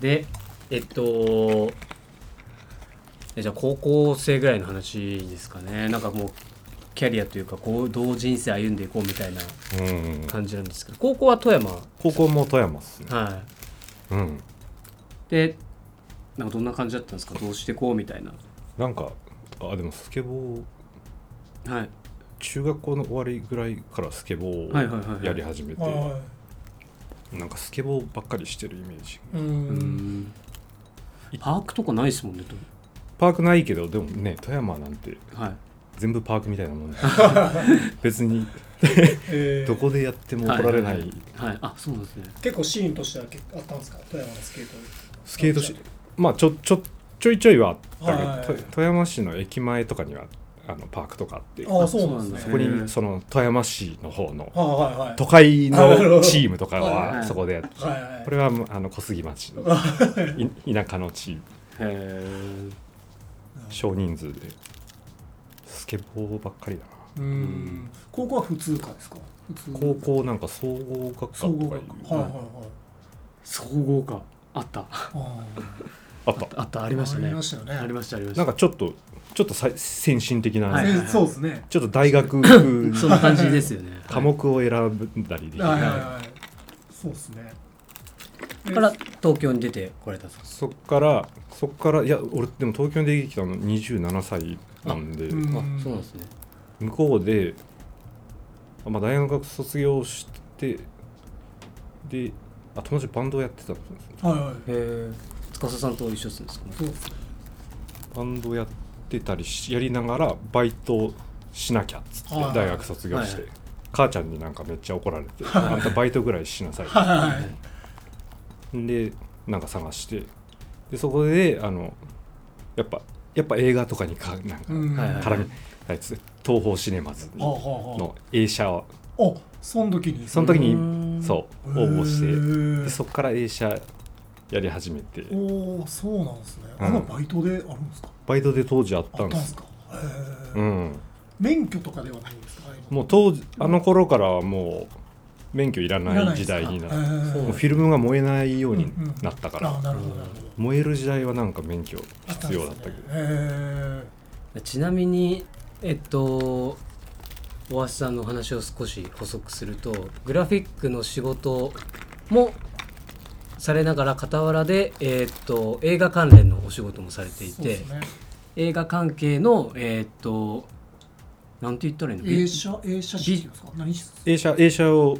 Speaker 1: でえっとえじゃあ高校生ぐらいの話ですかねなんかもうキャリアというかこうどう人生歩んでいこうみたいな
Speaker 2: うん
Speaker 1: 感じなんですけど高校は富山
Speaker 2: 高校も富山っすね
Speaker 1: は
Speaker 2: うん
Speaker 1: いでなんかどんな感じだったんですかどうしてこうみたいな
Speaker 2: なんかあでもスケボー
Speaker 1: はい
Speaker 2: 中学校の終わりぐらいからスケボ
Speaker 1: はいはいはいは
Speaker 2: ーを
Speaker 1: い
Speaker 2: やり始め
Speaker 3: にはい
Speaker 2: て
Speaker 3: は
Speaker 2: なんかスケボーばっかりしてるイメージ
Speaker 3: いう
Speaker 1: ー
Speaker 3: ん
Speaker 1: んパークとかないですもんねと
Speaker 2: パークないけどでもね富山なんて
Speaker 1: はい
Speaker 2: 全部パークみたいなもん で別に
Speaker 3: えー
Speaker 2: どこでやっても怒られない、
Speaker 1: はいはいはいあそうなんですね
Speaker 3: 結構シーンとしては結構あったんですか富山のスケート
Speaker 2: スケートしまあちょちょちょいちょいはあったけど、
Speaker 3: はい
Speaker 2: と富山市の駅前とかにはあのパークとかあって
Speaker 3: あ
Speaker 2: そ
Speaker 3: あそうなんです
Speaker 1: そう
Speaker 3: ね
Speaker 1: なんだへ
Speaker 2: こ
Speaker 1: ー
Speaker 2: にその富山市の方の
Speaker 3: はいはいはい
Speaker 2: 都会
Speaker 3: あなるほ
Speaker 2: の
Speaker 3: ど
Speaker 2: チームとか
Speaker 3: はい
Speaker 1: は
Speaker 2: はいそこでやって
Speaker 3: はいはい
Speaker 2: これはもうあの小杉町のい田舎のチー
Speaker 1: へ
Speaker 2: ム少人数でスケボーばっかりだな
Speaker 3: うん高校は普通科ですか普通
Speaker 2: 高校なんか総合学科
Speaker 3: 総
Speaker 2: と
Speaker 3: 合
Speaker 2: かい
Speaker 3: 学
Speaker 2: う
Speaker 3: 科はいはいはい
Speaker 1: 総合かあったあ
Speaker 3: あ
Speaker 2: あった
Speaker 1: ったありましたね
Speaker 3: ありましたよね
Speaker 1: ありましたありました
Speaker 2: なんかちょっとちょっとさ先進的な、
Speaker 1: は
Speaker 3: あ
Speaker 1: いはいはい
Speaker 3: そうですね
Speaker 2: ちょっと大学風
Speaker 1: そんな感じです よね
Speaker 2: 科目を選んだりできる
Speaker 3: はいはいはいそうですね
Speaker 1: はいから東京に出てこられたんですか
Speaker 2: そっからそっからいや俺でも東京に出てきたの27歳なんで、
Speaker 3: うん
Speaker 1: あそうなんですね
Speaker 2: 向こうで、まあ、大学卒業してであ友達バンドをやってたんですよ
Speaker 3: はいは
Speaker 1: へ
Speaker 3: い
Speaker 1: え司さんと一緒するんですかね
Speaker 3: そうっすね
Speaker 2: バンドやってたりしやりながらバイトしなきゃっつって
Speaker 3: はい
Speaker 2: 大学卒業して、
Speaker 1: はい
Speaker 2: 母ちゃんになんかめっちゃ怒られて「あんたバイトぐらいしなさい」
Speaker 3: はいはいはい
Speaker 2: でなんか探してでそこであのやっぱやっぱ映画とかにかなんか
Speaker 3: うん
Speaker 1: はいはい
Speaker 2: 絡みたいです東宝シネマズ
Speaker 3: はあは
Speaker 2: の映写を
Speaker 3: あはああその時に
Speaker 2: その時
Speaker 1: うー
Speaker 2: に
Speaker 1: ん
Speaker 2: そう
Speaker 3: へ
Speaker 2: 応
Speaker 3: ー
Speaker 2: 募してでそこから映写やり始めて
Speaker 3: おおそうなんですね
Speaker 2: うん
Speaker 3: あのバイトであるんですか
Speaker 2: バイトで当時あっ
Speaker 3: あ
Speaker 2: た
Speaker 3: っ
Speaker 2: ん
Speaker 3: た
Speaker 2: で
Speaker 3: んですすかへ
Speaker 2: う
Speaker 3: え
Speaker 2: ん
Speaker 3: 免許とかではないんですか
Speaker 2: もう当時あの頃からはもう免許いらない時代にな
Speaker 3: へ
Speaker 2: っ
Speaker 3: え
Speaker 2: てもうフィルムが燃えないようになったから、
Speaker 3: ああなるほどなるほど
Speaker 2: 燃える時代はなんか免許
Speaker 3: あ
Speaker 2: 必要だったけど
Speaker 3: んですねへ
Speaker 1: ちなみにえっと大橋さんのお話を少し補足するとグラフィックの仕事もされながら傍らで、えっと映画関連のお仕事もされてい
Speaker 3: えそう
Speaker 1: て、
Speaker 3: ですね
Speaker 1: 映画関係のえっとなんて言ったらいいの
Speaker 3: 映写映写師っていうんですか何室
Speaker 2: 映写映写を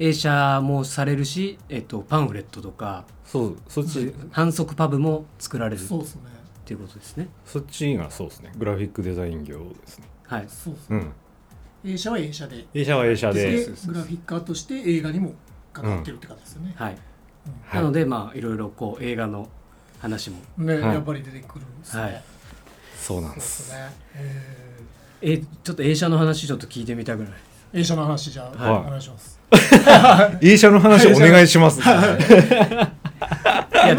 Speaker 1: 映写もされるし、えっと、パンフレットとか
Speaker 2: そうそっち
Speaker 1: 反則パブも作られる
Speaker 3: そう
Speaker 1: っ
Speaker 3: ですね
Speaker 1: ていうことですね。
Speaker 2: そっちがそうですねグラフィックデザイン業ですね
Speaker 1: はい、
Speaker 3: そうです
Speaker 2: う
Speaker 3: ね
Speaker 2: ん
Speaker 3: 映写は映写で
Speaker 2: 映写は映写
Speaker 3: で
Speaker 2: で
Speaker 3: グラフィッカーとして映画にも関わってるって感じですよね、
Speaker 1: はい、
Speaker 2: はい
Speaker 1: なのでまあいろいろこう映画の話も
Speaker 3: ね、
Speaker 2: はい
Speaker 3: やっぱり出てくるんですね、
Speaker 1: はい
Speaker 2: そうなん
Speaker 3: そう
Speaker 2: で
Speaker 3: です
Speaker 2: す
Speaker 3: ね、え
Speaker 1: えちょっと映写の話ちょっと聞いてみたぐらい
Speaker 3: ー、映写の話じゃあ、
Speaker 2: はい
Speaker 3: お願いします
Speaker 2: 映写の話 お願いします
Speaker 1: い
Speaker 3: 今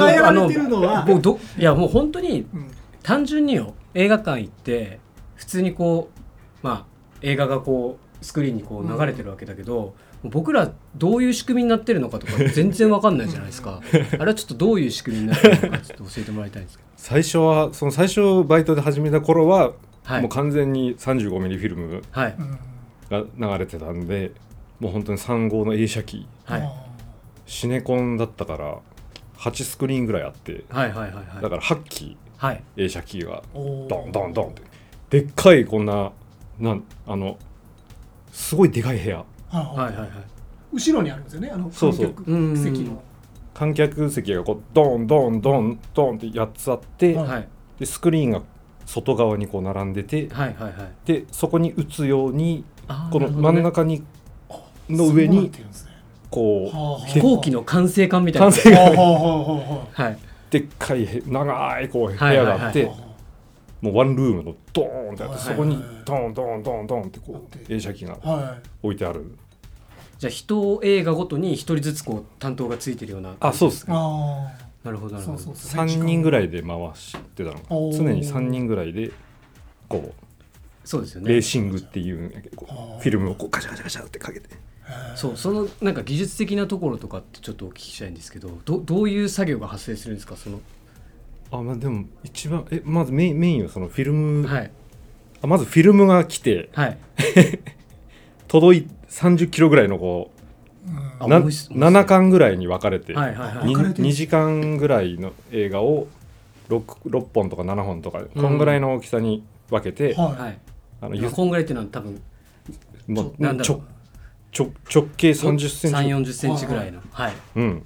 Speaker 3: やら
Speaker 1: ど
Speaker 3: れてるのは
Speaker 1: あのもうどいやもう本当に
Speaker 3: うん、
Speaker 1: 単純によ映画館行って普通にこうまあ映画がこうスクリーンにこう流れてるわけだけど、もう僕らどういう仕組みになってるのかとか全然わかんないじゃないですかあれはちょっとどういう仕組みになってるのかちょっと教えてもらいたいんですけ ど
Speaker 2: 最初はその最初バイトで始めた頃は、
Speaker 1: はい
Speaker 2: もう完全に 35mm フィルム
Speaker 1: はいう
Speaker 3: ん
Speaker 2: が流れてたんでもう本当に3号の映写機
Speaker 1: はい、はい
Speaker 3: あ
Speaker 2: シネコンだったから8スクリーンぐらいあって
Speaker 1: はいはいはい
Speaker 2: だから8機
Speaker 1: はい
Speaker 2: 映写機が
Speaker 3: ーおー
Speaker 2: ドンドンドンってでっかいこんななんあのすごいでかい部屋
Speaker 3: はい
Speaker 1: は
Speaker 3: はいい
Speaker 1: はいはい
Speaker 3: 後ろにあるんですよねあの
Speaker 2: そう
Speaker 3: 観
Speaker 2: そう
Speaker 3: 客
Speaker 1: うん
Speaker 3: 席の
Speaker 2: 観客席がこうドンドンドンドンって8つあって、
Speaker 3: はい
Speaker 1: はい
Speaker 2: でスクリーンが外側にこう並んでて
Speaker 1: はいはいはい
Speaker 2: でそこに打つように
Speaker 1: あー
Speaker 2: この
Speaker 1: なるほど
Speaker 2: 真
Speaker 1: ね
Speaker 2: ん中にの上
Speaker 3: そうなっ
Speaker 2: に
Speaker 3: てるんですね
Speaker 2: こ
Speaker 3: はあはあ
Speaker 2: う
Speaker 1: 飛行機の管制管みたいな
Speaker 2: 完成
Speaker 3: はあは
Speaker 2: が
Speaker 3: あはあは
Speaker 1: はい
Speaker 2: でっかいへ長いこう部
Speaker 1: はい
Speaker 2: 屋
Speaker 1: はいはい
Speaker 2: があっ
Speaker 3: あ
Speaker 2: て
Speaker 3: はあは
Speaker 2: もうワンルームのドーンってあっ
Speaker 3: はい
Speaker 2: てそこにドンドンドンドンって
Speaker 3: あっ
Speaker 2: こう
Speaker 3: て
Speaker 2: 映写機が
Speaker 3: あはい
Speaker 2: 置いてある
Speaker 1: じゃあ人映画ごとに一人ずつこう担当がついてるような
Speaker 2: あそうです
Speaker 3: あ
Speaker 1: なるほど
Speaker 3: あ
Speaker 1: なる
Speaker 3: そ
Speaker 1: ほ
Speaker 3: うそ
Speaker 1: ど
Speaker 3: うそう
Speaker 2: 3人ぐらいで回してたのかな
Speaker 3: おー
Speaker 2: 常に3人ぐらいでこ
Speaker 1: そうですよ
Speaker 2: うレー
Speaker 1: ね
Speaker 2: シングっていうんやけどこ
Speaker 3: あー
Speaker 2: うフィルムをこうガシャガシャガシャってかけて
Speaker 1: そうそのなんか技術的なところとかってちょっとお聞きしたいんですけどどどういう作業が発生するんですかその
Speaker 2: あまあでも一番えまずメインメインはそのフィルム、
Speaker 1: はい
Speaker 2: あまずフィルムが来て
Speaker 1: はい
Speaker 2: 届い30キロぐらいのこ
Speaker 3: うん
Speaker 1: あ
Speaker 2: うな
Speaker 1: 重いっす重いっすね
Speaker 2: 7巻ぐらいに分かれて、
Speaker 1: はいはいはい
Speaker 2: に
Speaker 3: 分かれてる
Speaker 2: 2, 時間ぐらいの映画を 6, 6本とか7本とかこんぐらいの大きさに分けて、
Speaker 3: は
Speaker 1: はいい
Speaker 2: あの
Speaker 1: まあ
Speaker 2: ゆ
Speaker 1: こんぐらいっていうのは多分
Speaker 2: もう
Speaker 1: なんだろう
Speaker 2: 直直直径30センチ
Speaker 1: 3 4 0ンチぐらいのはい
Speaker 2: うん、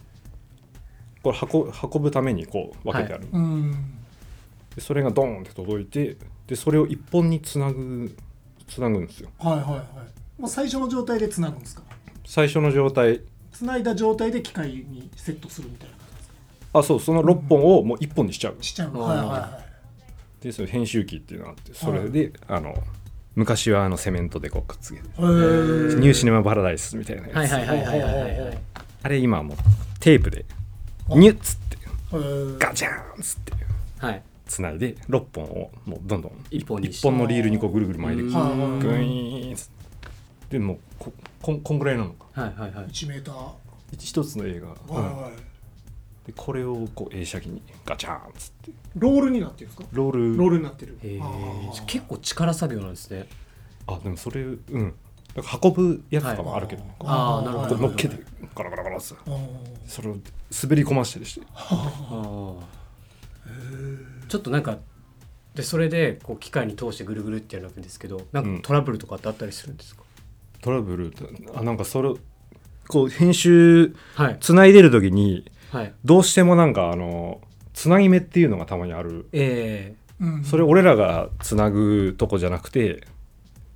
Speaker 2: これ運運ぶためにこう分けてある、
Speaker 3: うん
Speaker 2: でそれがドーンって届いてでそれを1本につなぐつなぐんですよ
Speaker 3: はいはいはいもう最初の状態でつなぐんですか
Speaker 2: 最初の状態
Speaker 3: つないだ状態で機械にセットするみたいな感じですか
Speaker 2: あそうその6本をもう1本にしちゃう
Speaker 3: ちっちゃいの
Speaker 1: あー
Speaker 3: はいはいは
Speaker 2: でその編集機っていうのがあってそれで、あの昔はあのセメントでこうくっつけて
Speaker 3: いへ
Speaker 2: ニューシネマ・パラダイスみたいなやつ、
Speaker 1: はいはいはいはいはいはいはい
Speaker 2: あれ今はもうテープでニュッつって
Speaker 3: え
Speaker 2: ガチャーンっつって
Speaker 1: はい
Speaker 2: つないで6本をもうどんどん
Speaker 1: 一本にし
Speaker 2: 1本のリールにこうぐるぐる巻いて
Speaker 1: う
Speaker 2: グ
Speaker 1: ん
Speaker 2: イ
Speaker 3: はいはいはい
Speaker 2: ーンっつってでもうここんこんぐらいなのか
Speaker 1: はいはいはい
Speaker 3: 1メーターは
Speaker 2: 一つの映画、
Speaker 3: いはい
Speaker 2: でこれをこう映写機にガチャーンっつって
Speaker 3: ロールになってるんですか
Speaker 2: ロール
Speaker 3: ロールになってる
Speaker 1: へえ
Speaker 3: あー
Speaker 1: 結構力作業なんですね
Speaker 2: あでもそれうんだから運ぶやつとかもあるけど、
Speaker 3: はい
Speaker 2: こう
Speaker 1: ああなるほ
Speaker 2: こ
Speaker 1: ど
Speaker 2: う乗っけてガラガラガラっつって
Speaker 3: あー
Speaker 2: それを滑り込ましてでして
Speaker 1: ああちょっとなんかでそれでこう機械に通してぐるぐるってやるわけですけどなんかトラブルとかってあったりするんですか、
Speaker 2: トラブルってあなんかそれこう編集
Speaker 1: はい
Speaker 2: つないでる時に
Speaker 1: はい
Speaker 2: どうしてもなんかあのつなぎ目っていうのがたまにある
Speaker 1: え
Speaker 3: うん
Speaker 2: それ俺らがつなぐとこじゃなくて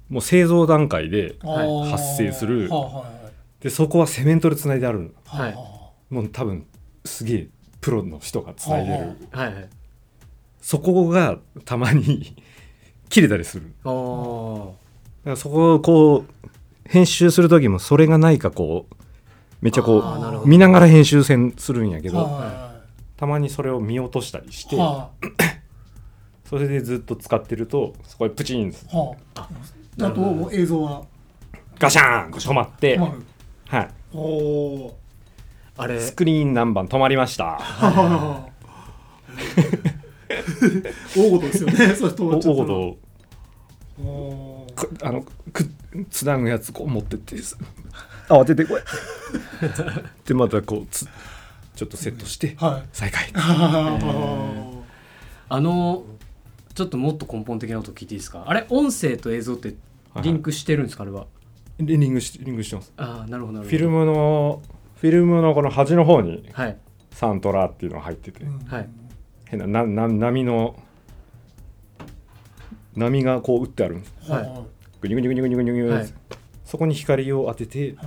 Speaker 2: もう製造段階で
Speaker 3: あー
Speaker 2: 発生する
Speaker 3: はいはいはい
Speaker 2: でそこはセメントでつないである
Speaker 1: はい
Speaker 2: もう多分すげえプロの人がつないで
Speaker 3: は
Speaker 2: る
Speaker 1: えはいはい
Speaker 2: そこがたまに 切れたりするだ
Speaker 1: あー
Speaker 2: からそこをこう編集する時もそれがないかこうめっちゃこ
Speaker 1: あーなるほど
Speaker 2: う見ながら編集せんするんやけ
Speaker 3: はい
Speaker 2: ど
Speaker 3: は
Speaker 2: たまにそれを見落としたりし
Speaker 3: い
Speaker 2: て
Speaker 3: は
Speaker 2: それでずっと使ってるとそこでプチン
Speaker 3: いはあだともう映像は
Speaker 2: ガシャーンと止まって、
Speaker 3: 止まる
Speaker 2: はい、
Speaker 3: おお
Speaker 1: あれ
Speaker 2: スクリーン何番止まりました
Speaker 3: ははは大事ですよ ねそれ止ま
Speaker 2: お
Speaker 3: っちゃっ
Speaker 2: お
Speaker 3: たら
Speaker 2: ど
Speaker 3: おー
Speaker 2: くあのくつなぐやつこう持ってってす慌ててこれ でまたこうつちょっとセットして
Speaker 3: はい
Speaker 2: 再開
Speaker 3: あ
Speaker 1: あのちょっともっと根本的なこと聞いていいですかあれ音声と映像ってリンクしてるんですかあれは
Speaker 2: リングしリングしてます
Speaker 1: ああなるほどなるほど
Speaker 2: フィルムのフィルムのこの端の方に
Speaker 1: はい
Speaker 2: サントラっていうのが入ってて、
Speaker 3: ー
Speaker 1: はい
Speaker 2: 変ななな波の波がこう打ってあるんです
Speaker 1: はい
Speaker 3: は
Speaker 2: グニュグニュグニュグニュグニュグニュ
Speaker 1: はい
Speaker 2: そこに光を当てて
Speaker 3: い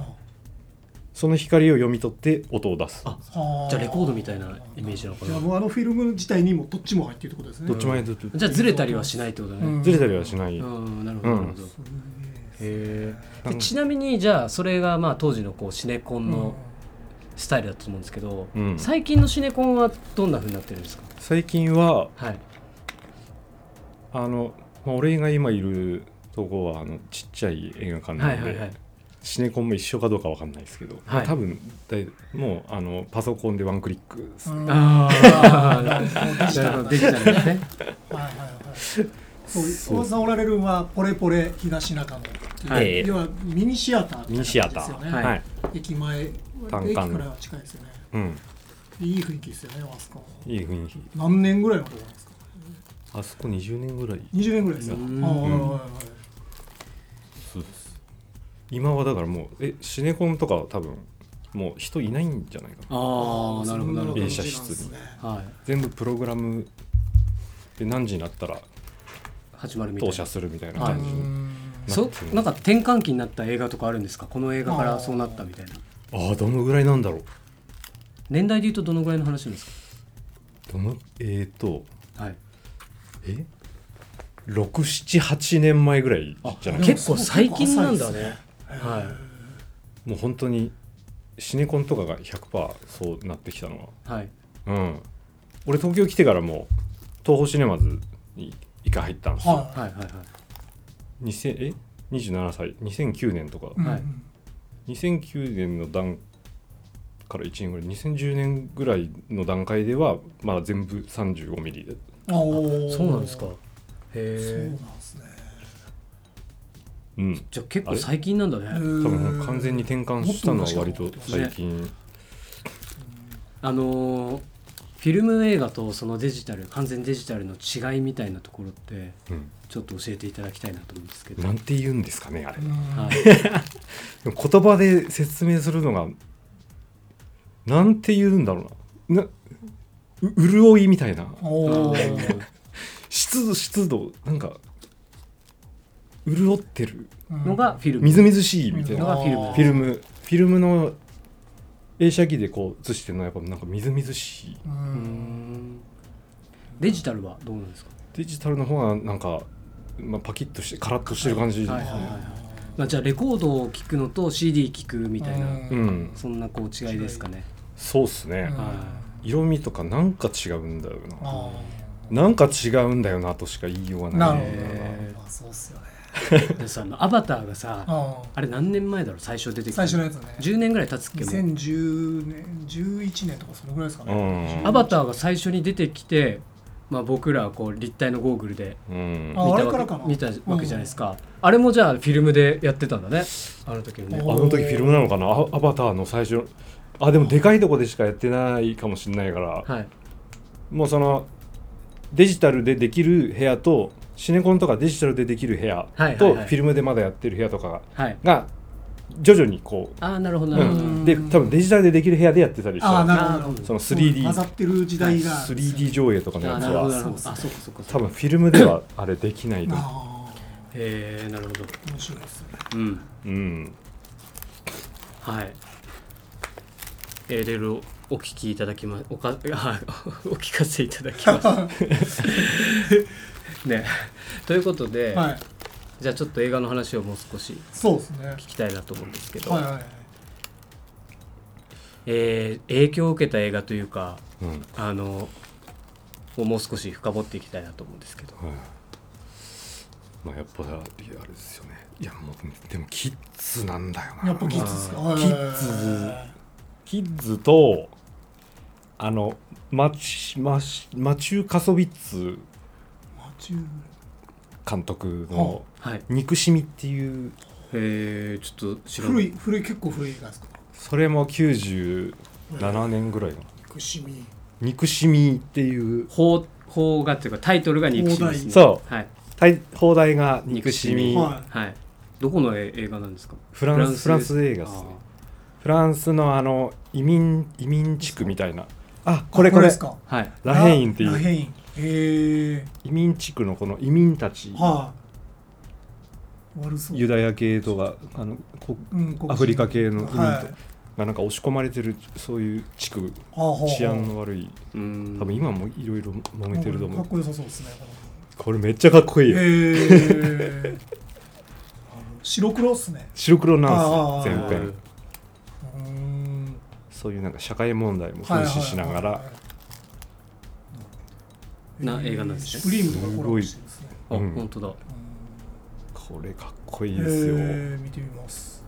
Speaker 2: その光を読み取って音を出す
Speaker 1: あ
Speaker 3: は
Speaker 1: じゃあレコードみたいなイメージなのか
Speaker 3: じゃ
Speaker 1: な
Speaker 3: あもうあのフィルム自体にもどっちも入ってるってことですね
Speaker 2: どっちもやると
Speaker 1: じゃあずれたりはしないってことだね、
Speaker 3: うん
Speaker 2: ずれたりはしない、
Speaker 1: うんなるほど
Speaker 2: うん
Speaker 1: なるほど、
Speaker 3: すげ
Speaker 1: へ
Speaker 2: な
Speaker 1: え
Speaker 2: ん
Speaker 1: ちなみにじゃあそれがまあ当時のこうシネコ
Speaker 3: え
Speaker 1: ンのスタイルだと思うんですけど、
Speaker 2: うん
Speaker 1: 最近のシネコンはどんな風になってるんですか
Speaker 2: 最近は
Speaker 1: はい
Speaker 2: あの、まあ、俺が今いるとこはあのちっちゃい映画館な
Speaker 1: は
Speaker 2: の
Speaker 1: い
Speaker 2: で、
Speaker 1: はいはい
Speaker 2: シネコンも一緒かどうかわかんないですけど、
Speaker 1: はい
Speaker 2: 多分だいもうあのパソコンでワンクリックです、
Speaker 3: うん
Speaker 1: あ あなるほどデジタルですね
Speaker 3: はいはいはい。そう、小松さんおられるのはポレポレ東中野っていう、
Speaker 2: はい
Speaker 3: 要はミニシアターみたいな感じ
Speaker 2: ミニシアター、
Speaker 3: ですよね。
Speaker 1: はい
Speaker 2: はい、
Speaker 3: 駅前、
Speaker 2: 単館
Speaker 3: 駅からは近いですよね。
Speaker 2: うん、
Speaker 3: いい雰囲気ですよね、あそこ。
Speaker 2: いい雰囲気
Speaker 3: 何年ぐらいのとこなんですか。
Speaker 2: あそこ20年ぐらい
Speaker 3: 20年ぐらいですよ。
Speaker 1: う
Speaker 3: は
Speaker 1: ん
Speaker 3: いはいはいはい
Speaker 2: そうです今はだからもうえシネコンとかは多分もう人いないんじゃないかな
Speaker 1: ああなるほどなるほど
Speaker 2: 映写室に
Speaker 3: そうなんですね
Speaker 1: はい
Speaker 2: 全部プログラムで何時になったら
Speaker 1: 始まるみたい
Speaker 2: 投
Speaker 1: な
Speaker 2: 射するみたいな感じ
Speaker 3: う
Speaker 2: に
Speaker 3: ん
Speaker 1: そなんか転換期になった映画とかあるんですかこの映画からそうなったみたいな
Speaker 2: ああどのぐらいなんだろう
Speaker 1: 年代でいうとどのぐらいの話なんです
Speaker 2: どのえっ、と
Speaker 1: か、はい、
Speaker 2: え678年前ぐらいじゃない
Speaker 3: あ
Speaker 2: か
Speaker 1: 結構最近なんだねは
Speaker 2: もう本当にシネコンとかが100%そうなってきたの
Speaker 1: い、はい、
Speaker 2: はうん俺東京来てからもう東宝シネマズに一回入ったんですよ、
Speaker 3: は
Speaker 1: はいはいはい
Speaker 2: 2000え27歳2009年とか、
Speaker 3: い、うん
Speaker 1: はい
Speaker 2: 2009年の段から1年ぐらい2010年ぐらいの段階ではまだ全部35ミリで
Speaker 3: おー
Speaker 1: そうなんですかへ
Speaker 3: そうなん
Speaker 1: え
Speaker 3: ですね
Speaker 2: うん
Speaker 1: じゃあ結構最近なんだね
Speaker 3: 多
Speaker 2: 多分完全に転換したのは割と最近、
Speaker 1: あのーフィルム映画とそのデジタル完全デジタルの違いみたいなところって
Speaker 2: うん、
Speaker 1: ちょっと教えていただきたいなと思うんですけど、
Speaker 2: なんて言うんですかねあれ
Speaker 1: はい、
Speaker 2: でも言葉で説明するのがなんて言うんだろうななう潤いみたいな
Speaker 3: おおー
Speaker 2: 湿度湿度なんか潤ってる
Speaker 3: うん
Speaker 1: のがフィルム
Speaker 2: みずみずしいみたい
Speaker 1: の
Speaker 2: な
Speaker 1: がフィルム
Speaker 3: あー
Speaker 2: フィルムフィルムの映写機でこう映してるのはやっぱなんかみずみずしいう
Speaker 1: うんんデジタルはどうなんですか、
Speaker 2: デジタルの方がなんか、まあ、パキッとしてカラッとしてる感じですね、
Speaker 1: はいはいはいまあ、じゃあレコードを聴くのと CD 聴くみたいな、
Speaker 3: うん
Speaker 2: うん
Speaker 1: そんなこう違いですかね
Speaker 2: そうっすね
Speaker 3: うん、
Speaker 1: は
Speaker 2: 色味とかなんか違うんだよな
Speaker 3: あ
Speaker 2: なんか違うんだよなとしか言いようが
Speaker 3: ー
Speaker 2: ない
Speaker 3: なるほど
Speaker 1: へー
Speaker 3: まあそうっすよね
Speaker 1: でさあのアバターがさ
Speaker 3: あー
Speaker 1: あれ何年前だろう最初出てきた
Speaker 3: 最初のやつね
Speaker 1: 10年ぐらい経つっけど
Speaker 3: 2010年11年とかそのぐらいですかね
Speaker 2: うん
Speaker 1: アバターが最初に出てきて、まあ、僕らはこう立体のゴーグルで
Speaker 2: うん
Speaker 3: あ
Speaker 1: 見た
Speaker 3: れから
Speaker 1: わ
Speaker 3: かな
Speaker 1: け見たわけじゃないですか、あれもじゃあフィルムでやってたんだねあの時のね
Speaker 2: あの時フィルムなのかなあアバターの最初あでもでかいとこでしかやってないかもしれないから、
Speaker 1: はい
Speaker 2: もうそのデジタルでできる部屋とシネコンとかデジタルでできる部屋
Speaker 1: はいはい
Speaker 2: とフ
Speaker 1: はい
Speaker 2: ィルムでまだやってる部屋とか
Speaker 1: はい
Speaker 2: が徐々にこ
Speaker 1: ああなるほ
Speaker 2: う、
Speaker 1: どな
Speaker 2: う
Speaker 1: るほど、
Speaker 2: ん、で多分デジタルでできる部屋でやってたりした
Speaker 3: ああ
Speaker 2: ら
Speaker 3: なるほどなるほど
Speaker 2: その
Speaker 3: 混
Speaker 2: 3D3D
Speaker 3: ざってる時代が
Speaker 2: 3D 上映とかの
Speaker 1: ああ
Speaker 2: やつ
Speaker 1: なるほどな
Speaker 2: は
Speaker 1: るほど
Speaker 3: そう
Speaker 1: あ
Speaker 3: っす
Speaker 1: そうかそうかそ
Speaker 2: 多
Speaker 1: うか
Speaker 2: 分フィルムではあれできないと思う
Speaker 3: あ
Speaker 1: へえなるほど
Speaker 3: ー面白いですね
Speaker 1: うん
Speaker 2: うん
Speaker 1: はい。えー、いろいろお聞きいただきま、おか、 あお聞かせいただきまし た。ね。ということで、
Speaker 3: はい
Speaker 1: じゃあちょっと映画の話をもう少し
Speaker 3: そうですねはい
Speaker 1: 聞きたいなと思うんですけど、
Speaker 3: はいはい
Speaker 1: えー影響を受けた映画というか、
Speaker 2: うんは
Speaker 1: あの、をもう少し深掘っていきたいなと思うんですけど。
Speaker 2: いまあやっぱあれですよねいやもうでもキッズなんだよな
Speaker 3: やっぱキッズですか
Speaker 2: まあ
Speaker 3: はい
Speaker 2: キッズキッズとあのマチマチマチュー・カソビッツ
Speaker 3: マチュー
Speaker 2: 監督の
Speaker 1: はい。
Speaker 2: 「憎しみ」っていう
Speaker 1: えー、ちょっと知らな
Speaker 3: 古い古い結構古い映画ですか
Speaker 2: それも97年ぐらいの
Speaker 3: 憎しみ
Speaker 2: 「憎しみ」っていう
Speaker 1: 邦邦画というかタイトルが憎しみですね。
Speaker 2: そ
Speaker 1: はい。
Speaker 2: う題放題が「憎しみ」
Speaker 3: は
Speaker 1: はい。どこの映映画なんですか
Speaker 2: フランスフランス映画ですねフランスのあの移民移民地区みたいなあこれこれ
Speaker 3: ですか
Speaker 1: あーはい。
Speaker 2: ラヘインって
Speaker 3: ラ
Speaker 2: いう
Speaker 3: ヘインへえ
Speaker 2: 移民地区のこの移民たち
Speaker 3: はい悪そう
Speaker 2: ユダヤ系とかあのこ
Speaker 3: うん
Speaker 2: アフリカ系の移
Speaker 3: 黒
Speaker 2: 民
Speaker 3: 人
Speaker 2: と
Speaker 3: はい
Speaker 2: がなんか押し込まれてるそういう地区
Speaker 3: あはあはあ
Speaker 2: 治安の悪い
Speaker 1: うん
Speaker 2: 多分今もいろいろ揉めてると思
Speaker 3: か
Speaker 2: う
Speaker 3: っこよさそうですね
Speaker 2: これめっちゃかっこいいよ
Speaker 3: へえ白黒っすね
Speaker 2: 白黒な
Speaker 3: あ
Speaker 2: ん
Speaker 3: あ
Speaker 2: です
Speaker 1: あ
Speaker 2: よ全
Speaker 1: あ
Speaker 2: 編
Speaker 3: うーん
Speaker 2: そういうなんか社会問題も風刺しながら
Speaker 1: な映画なんですね
Speaker 3: スプリームとかコラボしてるんですね
Speaker 1: あ、
Speaker 2: うん
Speaker 1: 本当だ。
Speaker 2: これかっこい
Speaker 3: い
Speaker 2: いですよ
Speaker 3: 見てみます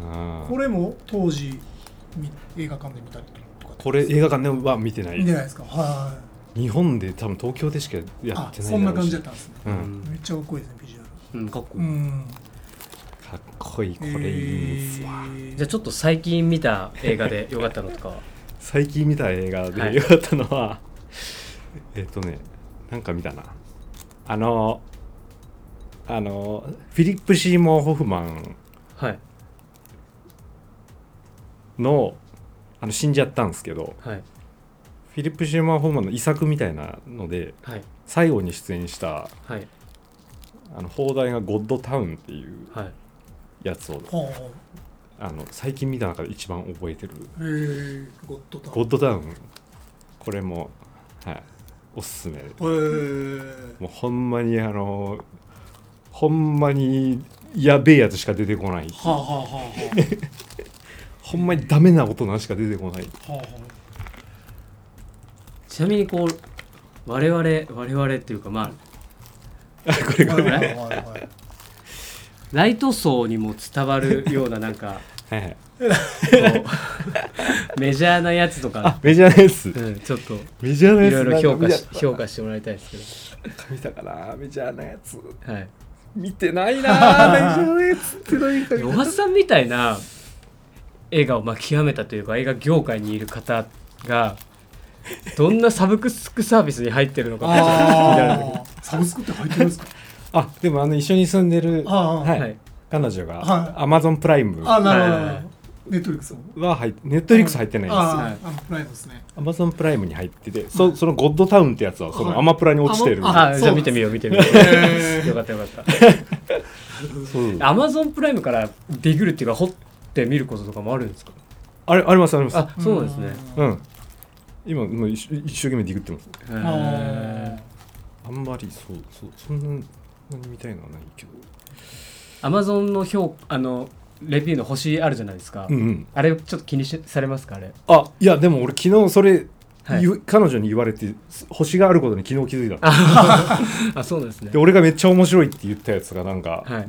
Speaker 2: うん
Speaker 3: これも当時み映画館で見たりとか
Speaker 2: これ映画館では見てな
Speaker 3: 見て
Speaker 2: い
Speaker 3: ないですかは
Speaker 2: 日本で多分東京でしか
Speaker 3: い
Speaker 2: や
Speaker 3: あ
Speaker 2: ってない
Speaker 3: そんな
Speaker 2: だろう
Speaker 3: 感
Speaker 2: し
Speaker 3: じだったんですね
Speaker 2: う
Speaker 1: うんん
Speaker 3: めっちゃかっこいいですねビジュアル
Speaker 1: うん、かっこ
Speaker 3: う
Speaker 1: いい。
Speaker 3: ん
Speaker 2: かっこいいこれいいんすわ
Speaker 3: えー
Speaker 1: じゃあちょっと最近見た映画でよかったのとかは。
Speaker 2: 最近見た映画
Speaker 1: は
Speaker 2: で
Speaker 1: い
Speaker 2: よかったのはえっとねなんか見たなあのあのフィリップ・シーモア・ホフマン
Speaker 1: はい。
Speaker 2: のあの死んじゃったんですけど
Speaker 1: はい
Speaker 2: フィリップ・シューマン・ホーマンの遺作みたいなので
Speaker 1: はい
Speaker 2: 最後に出演した
Speaker 1: はい
Speaker 2: あの放題が「ゴッドタウン」っていう
Speaker 1: はい
Speaker 2: やつを
Speaker 3: ほうほ
Speaker 2: あの最近見た中で一番覚えてる
Speaker 3: うへえゴッドタ
Speaker 2: 「
Speaker 3: ウン
Speaker 2: ゴッドタウン」これも、はい、おすすめ
Speaker 3: へ
Speaker 2: もうほんまにあのほんまにやべえやつしか出てこない
Speaker 3: えはあはあはあは
Speaker 2: ほんまにダメな大人しか出てこない
Speaker 3: あはあは
Speaker 1: ちなみにこう我々我々っていうかまあ
Speaker 3: あはいはいはいはい
Speaker 1: ライト層にも伝わるようななんか
Speaker 2: はいはい
Speaker 1: こうメジャーなやつと
Speaker 2: あ
Speaker 1: か、
Speaker 2: メジャーなやつ
Speaker 1: うん、ちょっと
Speaker 2: メジャーないやつ
Speaker 1: ろいろ評価し
Speaker 2: なんか見た
Speaker 1: 評価してもらいたいです
Speaker 2: 見たかなメジャーなやつ
Speaker 1: けど、はい、
Speaker 2: 見て ないなメジャーなやつって何か
Speaker 1: で大橋さんみたいな映画をまあ極めたというか映画業界にいる方がどんなサブスクサービスに入ってるのかってちょっと気になるんだけど
Speaker 3: ああサブスクって入ってるんですか
Speaker 2: あでもあの一緒に住んでる
Speaker 3: ああ
Speaker 2: はい
Speaker 1: はい
Speaker 2: 彼女が
Speaker 3: は
Speaker 2: アマゾンプライム
Speaker 3: あ
Speaker 2: は
Speaker 3: なるほど、
Speaker 1: はいはいはい
Speaker 3: ネットフリックスも
Speaker 2: 入ってネットフリックス入ってないんですよ
Speaker 3: あああのプライムですね
Speaker 2: アマゾンプライムに入っててそそのゴッドタウンってやつはそ
Speaker 3: は
Speaker 2: の
Speaker 3: い
Speaker 2: アマプラに落ちてる
Speaker 3: あ
Speaker 1: あじゃあ
Speaker 3: そう
Speaker 1: 見てみよう見てみよ
Speaker 3: へ
Speaker 1: う
Speaker 3: ー
Speaker 1: よかったよかっ
Speaker 2: そう
Speaker 1: たアマゾンプライムからディグルっていうか掘って見ることとかもあるんですか
Speaker 2: あれありますあります
Speaker 1: あそうなんですね
Speaker 2: うん今もう一生一生懸命ディグってます
Speaker 1: へ
Speaker 3: うんあ
Speaker 1: ー
Speaker 2: あんまりそうそうそんな何みたいのはないけど
Speaker 1: アマゾンの評あのレビューの星あるじゃないですか、
Speaker 2: うんうん
Speaker 1: あれちょっと気にしされますかあれ
Speaker 2: あいやでも俺昨日それ、
Speaker 1: はい
Speaker 2: 言う彼女に言われてす星があることに昨日気づいた
Speaker 1: あそうなんですね
Speaker 2: で俺がめっちゃ面白いって言ったやつがなんか、
Speaker 1: はい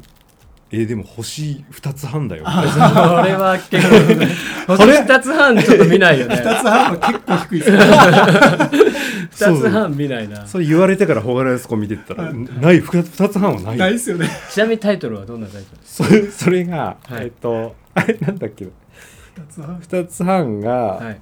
Speaker 2: えーでも星2つ半だよ
Speaker 1: それは結構星2つ半ちょっと見ないよね
Speaker 3: 2つ半は結構低いですね
Speaker 2: そう
Speaker 1: 2つ半見ないな
Speaker 2: それ言われてから他のやつこ見てったらない2つ二つ半はない
Speaker 3: ないですよね
Speaker 1: ちなみにタイトルはどんなタイトルです
Speaker 2: それそれが、
Speaker 1: はい
Speaker 2: えっとあれなんだっけ
Speaker 3: 2つ半
Speaker 2: 2つ半が、
Speaker 1: かはい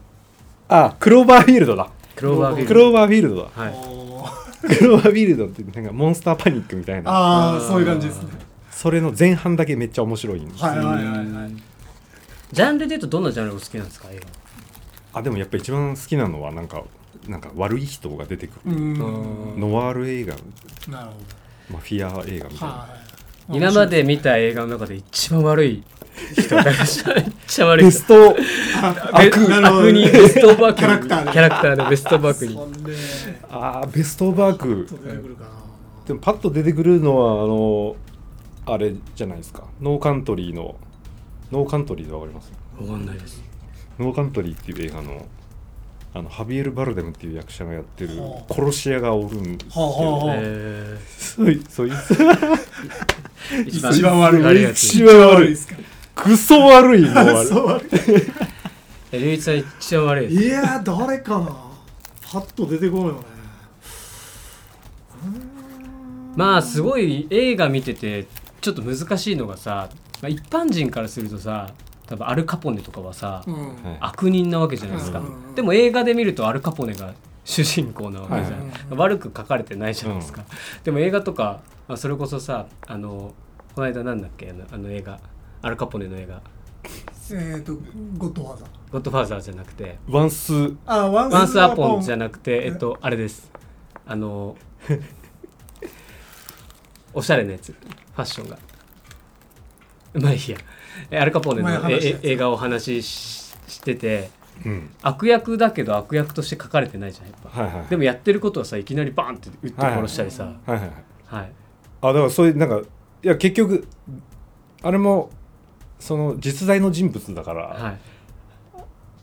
Speaker 2: あクローバーフィールドだ
Speaker 1: クローバーフィールド
Speaker 2: クローバーフィールドだ
Speaker 1: はい
Speaker 3: おー
Speaker 2: クローバーフィールドってなんかモンスターパニックみたいな
Speaker 3: ああそういう感じですね
Speaker 2: それの前半だけめっちゃ面白いんですよ
Speaker 3: はいはいはいはい
Speaker 1: ジャンルで言うとどんなジャンルがお好きなんですか映
Speaker 2: あでもやっぱ一番好きなのはなんかなんか悪い人が出てく
Speaker 3: う
Speaker 2: る、
Speaker 3: ん
Speaker 1: 画
Speaker 2: ノワール映画
Speaker 3: なるほ
Speaker 2: マフィア映画みた
Speaker 3: ど
Speaker 2: いな、
Speaker 3: はい
Speaker 1: 今まで見た映画の中で一番悪い人がめっちゃ悪い
Speaker 2: ベ
Speaker 1: 人
Speaker 2: スト
Speaker 1: ベ
Speaker 2: 悪
Speaker 3: なるほど
Speaker 1: 悪人ベストバーク
Speaker 3: キャラクターで
Speaker 1: キャラクターでベストバークに
Speaker 3: そんで
Speaker 2: あーベストバーク
Speaker 3: ちょっと出てくるかな
Speaker 2: でもパッと出てくるのはあのあれじゃないですかノーカントリーのノーカントリーでわかります
Speaker 1: わかんないです
Speaker 2: ノーカントリーっていう映画のあのハビエル・バルデムっていう役者がやってる
Speaker 3: はあ
Speaker 2: 殺し屋がおるんですけど、
Speaker 3: はあはあはあ
Speaker 1: え
Speaker 2: そいそいつ
Speaker 1: ー
Speaker 3: 一番悪い
Speaker 1: 悪いやつ
Speaker 2: 一番悪
Speaker 3: 悪い
Speaker 2: い
Speaker 3: ですか
Speaker 2: クソ悪いもうあ れ
Speaker 3: そう悪
Speaker 1: え龍一さん一番悪い
Speaker 3: い
Speaker 1: や
Speaker 3: いやー誰かなパッと出てこないよね
Speaker 1: つまあすごい映画見ててちょっと難しいのがさ、まあ、一般人からするとさ多分アルカポネとかはさ、
Speaker 3: うん
Speaker 2: はい
Speaker 1: 悪人なわけじゃないですか、
Speaker 3: うんうんうん
Speaker 1: でも映画で見るとアルカポネが主人公なわけじゃん、
Speaker 3: はいはい
Speaker 1: 悪く書かれてないじゃないですか、でも映画とか、まあ、それこそさあのこの間なんだっけあのあの映画アルカポネの映画
Speaker 3: えっとゴッドファーザー
Speaker 1: 「ゴッドファーザー」じゃなくて
Speaker 2: ワンス
Speaker 3: あ
Speaker 1: 「
Speaker 3: ワ
Speaker 1: ワンスアポン」じゃ
Speaker 3: な
Speaker 1: なくてえっとあれですあの おしゃれなやつファッションがまあいいやえアルカポネ
Speaker 3: 前
Speaker 1: の
Speaker 3: 話した
Speaker 1: え
Speaker 3: やつ
Speaker 1: え映画をお話しししてて
Speaker 2: うん
Speaker 1: 悪役だけど悪役として書かれてないじゃんやっぱ
Speaker 2: はいはい
Speaker 1: でもやってることはさいきなりバーンって撃って殺したりさ、はい
Speaker 2: はいはいはいあだからそういうなんかいや結局あれもその実在の人物だから、
Speaker 1: はい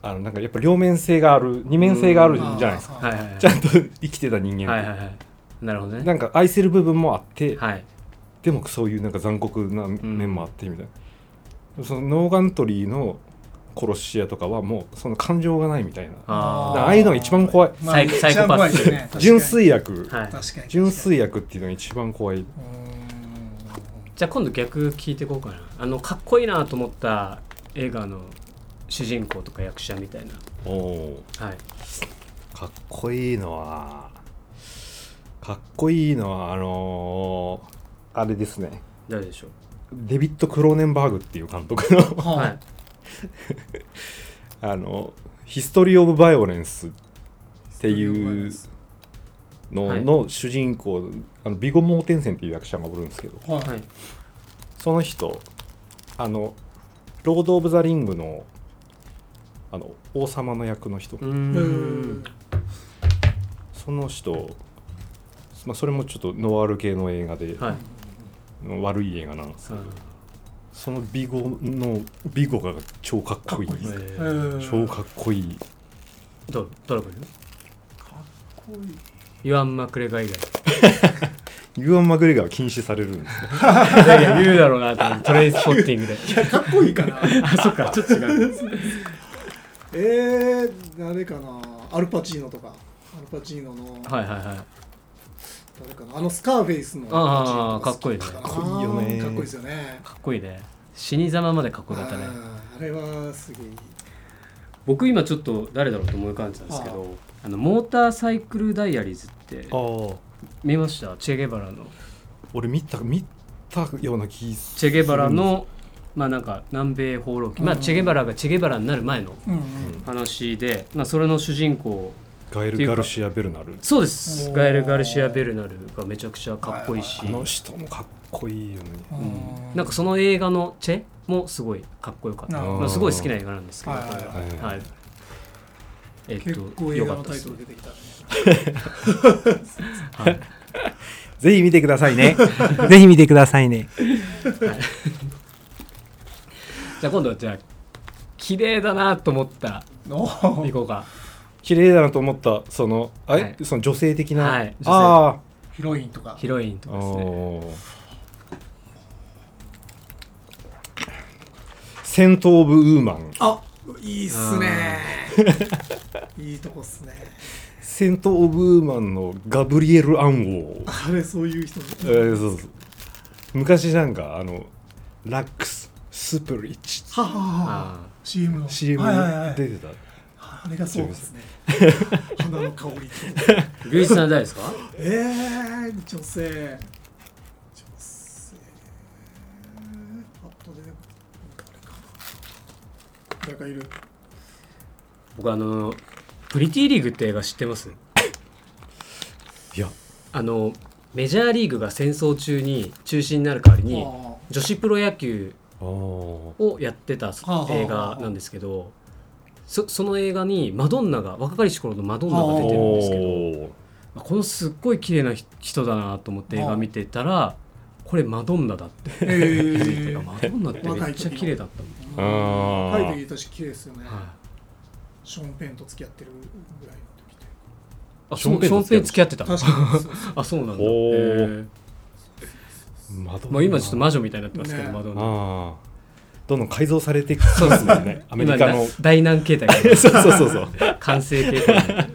Speaker 2: あのなんかやっぱ両面性がある二面性があるじゃないですか
Speaker 3: か
Speaker 1: はいはいはい
Speaker 2: ちゃんと 生きてた人間っ
Speaker 1: はい
Speaker 2: て、
Speaker 1: はいはいなるほどね
Speaker 2: なんか愛せる部分もあって、
Speaker 1: はい
Speaker 2: でもそういうなんか残酷な面もあってみたいな、そのノーガントリーの殺し屋とかはもうその感情がないみたいな
Speaker 1: あ
Speaker 2: ああいうのが一番怖い
Speaker 1: サイコサイコパス
Speaker 2: 純粋薬
Speaker 1: はい
Speaker 3: 確かに
Speaker 2: 純粋薬っていうのが一番怖い
Speaker 1: じゃあ今度逆聞いていこうかなあのかっこいいなと思った映画の主人公とか役者みたいな
Speaker 2: おお
Speaker 1: はい
Speaker 2: かっこいいのはかっこいいのはあのーあれですね
Speaker 1: 誰でしょう
Speaker 2: デビッド・クローネンバーグっていう監督の
Speaker 1: は
Speaker 3: はい
Speaker 1: い
Speaker 2: あの「ヒストリー・オブ・バイオレンス」っていう
Speaker 1: は
Speaker 2: の
Speaker 1: い
Speaker 2: の主人公、あのビゴ・モーテンセンっていう役者がおるんですけど
Speaker 3: はい、
Speaker 1: はい
Speaker 2: その人あの「ロード・オブ・ザ・リングの」あの王様の役の人、
Speaker 1: うー
Speaker 3: え
Speaker 1: ん
Speaker 3: ー
Speaker 2: その人、まあ、それもちょっとノワール系の映画で、
Speaker 1: はい
Speaker 2: 悪い映画なんですけ
Speaker 1: う
Speaker 2: ど、
Speaker 1: ん
Speaker 2: そのビゴのビゴが超かっこいい
Speaker 3: かっこいい
Speaker 1: え
Speaker 3: え
Speaker 1: ー
Speaker 3: ー
Speaker 2: 超かっこいい
Speaker 1: ど誰かいる
Speaker 3: かっこいい
Speaker 1: イワン・マクレガー以外
Speaker 2: ユアン・マグレガーは禁止されるんですね
Speaker 1: いやいや言うだろうなと思ってトレインスポッティングで
Speaker 3: いやかっこいいかな
Speaker 1: あそっか ちょっと違う
Speaker 3: えー、誰かなアルパチーノとかアルパチーノの
Speaker 1: はいはいはい
Speaker 3: 誰かなあのスカーフェイスの
Speaker 1: あー
Speaker 3: アルパチーノが好きだ
Speaker 2: かっこいいよね
Speaker 3: かっこいいですよね
Speaker 1: かっこいいね死に様までかっこよかったね
Speaker 3: あーあれはすげえいい
Speaker 1: 僕今ちょっと誰だろうと思い浮かんでたんですけどあのモーターサイクルダイアリーズって
Speaker 2: ああ
Speaker 1: 見ましたチェゲバラの
Speaker 2: 俺見た見たような気す
Speaker 1: チェゲバラのまあなんか南米放浪記まあチェゲバラがチェゲバラになる前の
Speaker 3: うんうん
Speaker 1: 話でまあそれの主人公
Speaker 2: ガエ
Speaker 1: ってい
Speaker 2: ル・
Speaker 1: うか
Speaker 2: ガルシア・ベルナル
Speaker 1: そうです
Speaker 3: おー
Speaker 1: ガエル・ガルシア・ベルナルがめちゃくちゃかっこいいし
Speaker 2: あの人もかっこいいよね
Speaker 3: うん
Speaker 1: なんかその映画のチェもすごいかっこよかった
Speaker 3: なるほ
Speaker 2: ど
Speaker 1: まあ、すごい好きな映画なんですけど
Speaker 3: はいはいはい
Speaker 1: これは
Speaker 2: はい
Speaker 1: はいえっ
Speaker 3: 結
Speaker 1: と
Speaker 3: 構映
Speaker 1: よ
Speaker 3: 画
Speaker 1: かっ
Speaker 3: の
Speaker 1: た
Speaker 3: タ
Speaker 1: で
Speaker 3: イ
Speaker 1: す
Speaker 3: トル出てきたね
Speaker 2: ぜひ見てくださ いねぜひ見てくださいね
Speaker 1: じゃあ今度はじゃあ綺麗だなと思った
Speaker 3: お
Speaker 1: 行
Speaker 3: ー
Speaker 1: こうか
Speaker 2: 綺麗だなと思ったそのあれ、
Speaker 1: はい
Speaker 2: その女性的な、
Speaker 1: はい女性
Speaker 2: あ
Speaker 3: ヒロインとか
Speaker 1: ヒロインと
Speaker 2: ー
Speaker 1: かですね
Speaker 2: おーセント・オブ・ウーマン
Speaker 3: あいいっすねいいとこっすね
Speaker 2: セント・オブ・ウーマンのガブリエル・アン王
Speaker 3: あれそういう人
Speaker 2: えーそうそう昔なんかあのラックススプリッチ
Speaker 3: ははは
Speaker 1: あ
Speaker 3: CM の
Speaker 2: CM に
Speaker 3: はいはいはい
Speaker 2: 出てた、
Speaker 3: あれがそうですね花の香りと
Speaker 1: あ龍一さんは誰ですか
Speaker 3: えー、女性女性パッと出てこ誰かな誰かいる
Speaker 1: 僕あのプリティリーグって映画知ってます
Speaker 2: いや
Speaker 1: あのメジャーリーグが戦争中に中止になる代わりに
Speaker 3: あ
Speaker 1: 女子プロ野球
Speaker 2: あー
Speaker 1: をやってた
Speaker 3: あはあ
Speaker 1: 映画なんですけどそその映画にマドンナが若かりし頃のマドンナが出てるんですけどまあこのすっごい綺麗な人だなと思って映画見てたらこれマドンナだって
Speaker 3: ー
Speaker 1: 気づいて
Speaker 3: えー
Speaker 1: マドンナってめっちゃ綺麗だったんだ
Speaker 2: あー
Speaker 3: はいでいたし綺麗ですよね、
Speaker 1: はい
Speaker 3: ショーン・ペンと付き合ってるぐらいの時で
Speaker 1: あ
Speaker 2: シ
Speaker 1: シ
Speaker 2: ョ
Speaker 1: ョー
Speaker 2: ーン
Speaker 1: ンペ
Speaker 2: ペンと
Speaker 1: ン
Speaker 2: 付
Speaker 1: 付
Speaker 2: き
Speaker 1: き
Speaker 2: 合
Speaker 1: 合ってた
Speaker 3: 確かにそうそう
Speaker 1: あそうなんだ
Speaker 2: おー
Speaker 1: へ
Speaker 2: マドン
Speaker 1: ー
Speaker 2: ナ
Speaker 1: まあ今ちょっと魔女みたいになってますけど
Speaker 3: ね
Speaker 1: マドンナ
Speaker 2: あーどんどん改造されていくそうです よねアメリカの
Speaker 1: 今大難形態が
Speaker 2: そうそうそうそう
Speaker 1: 完成形態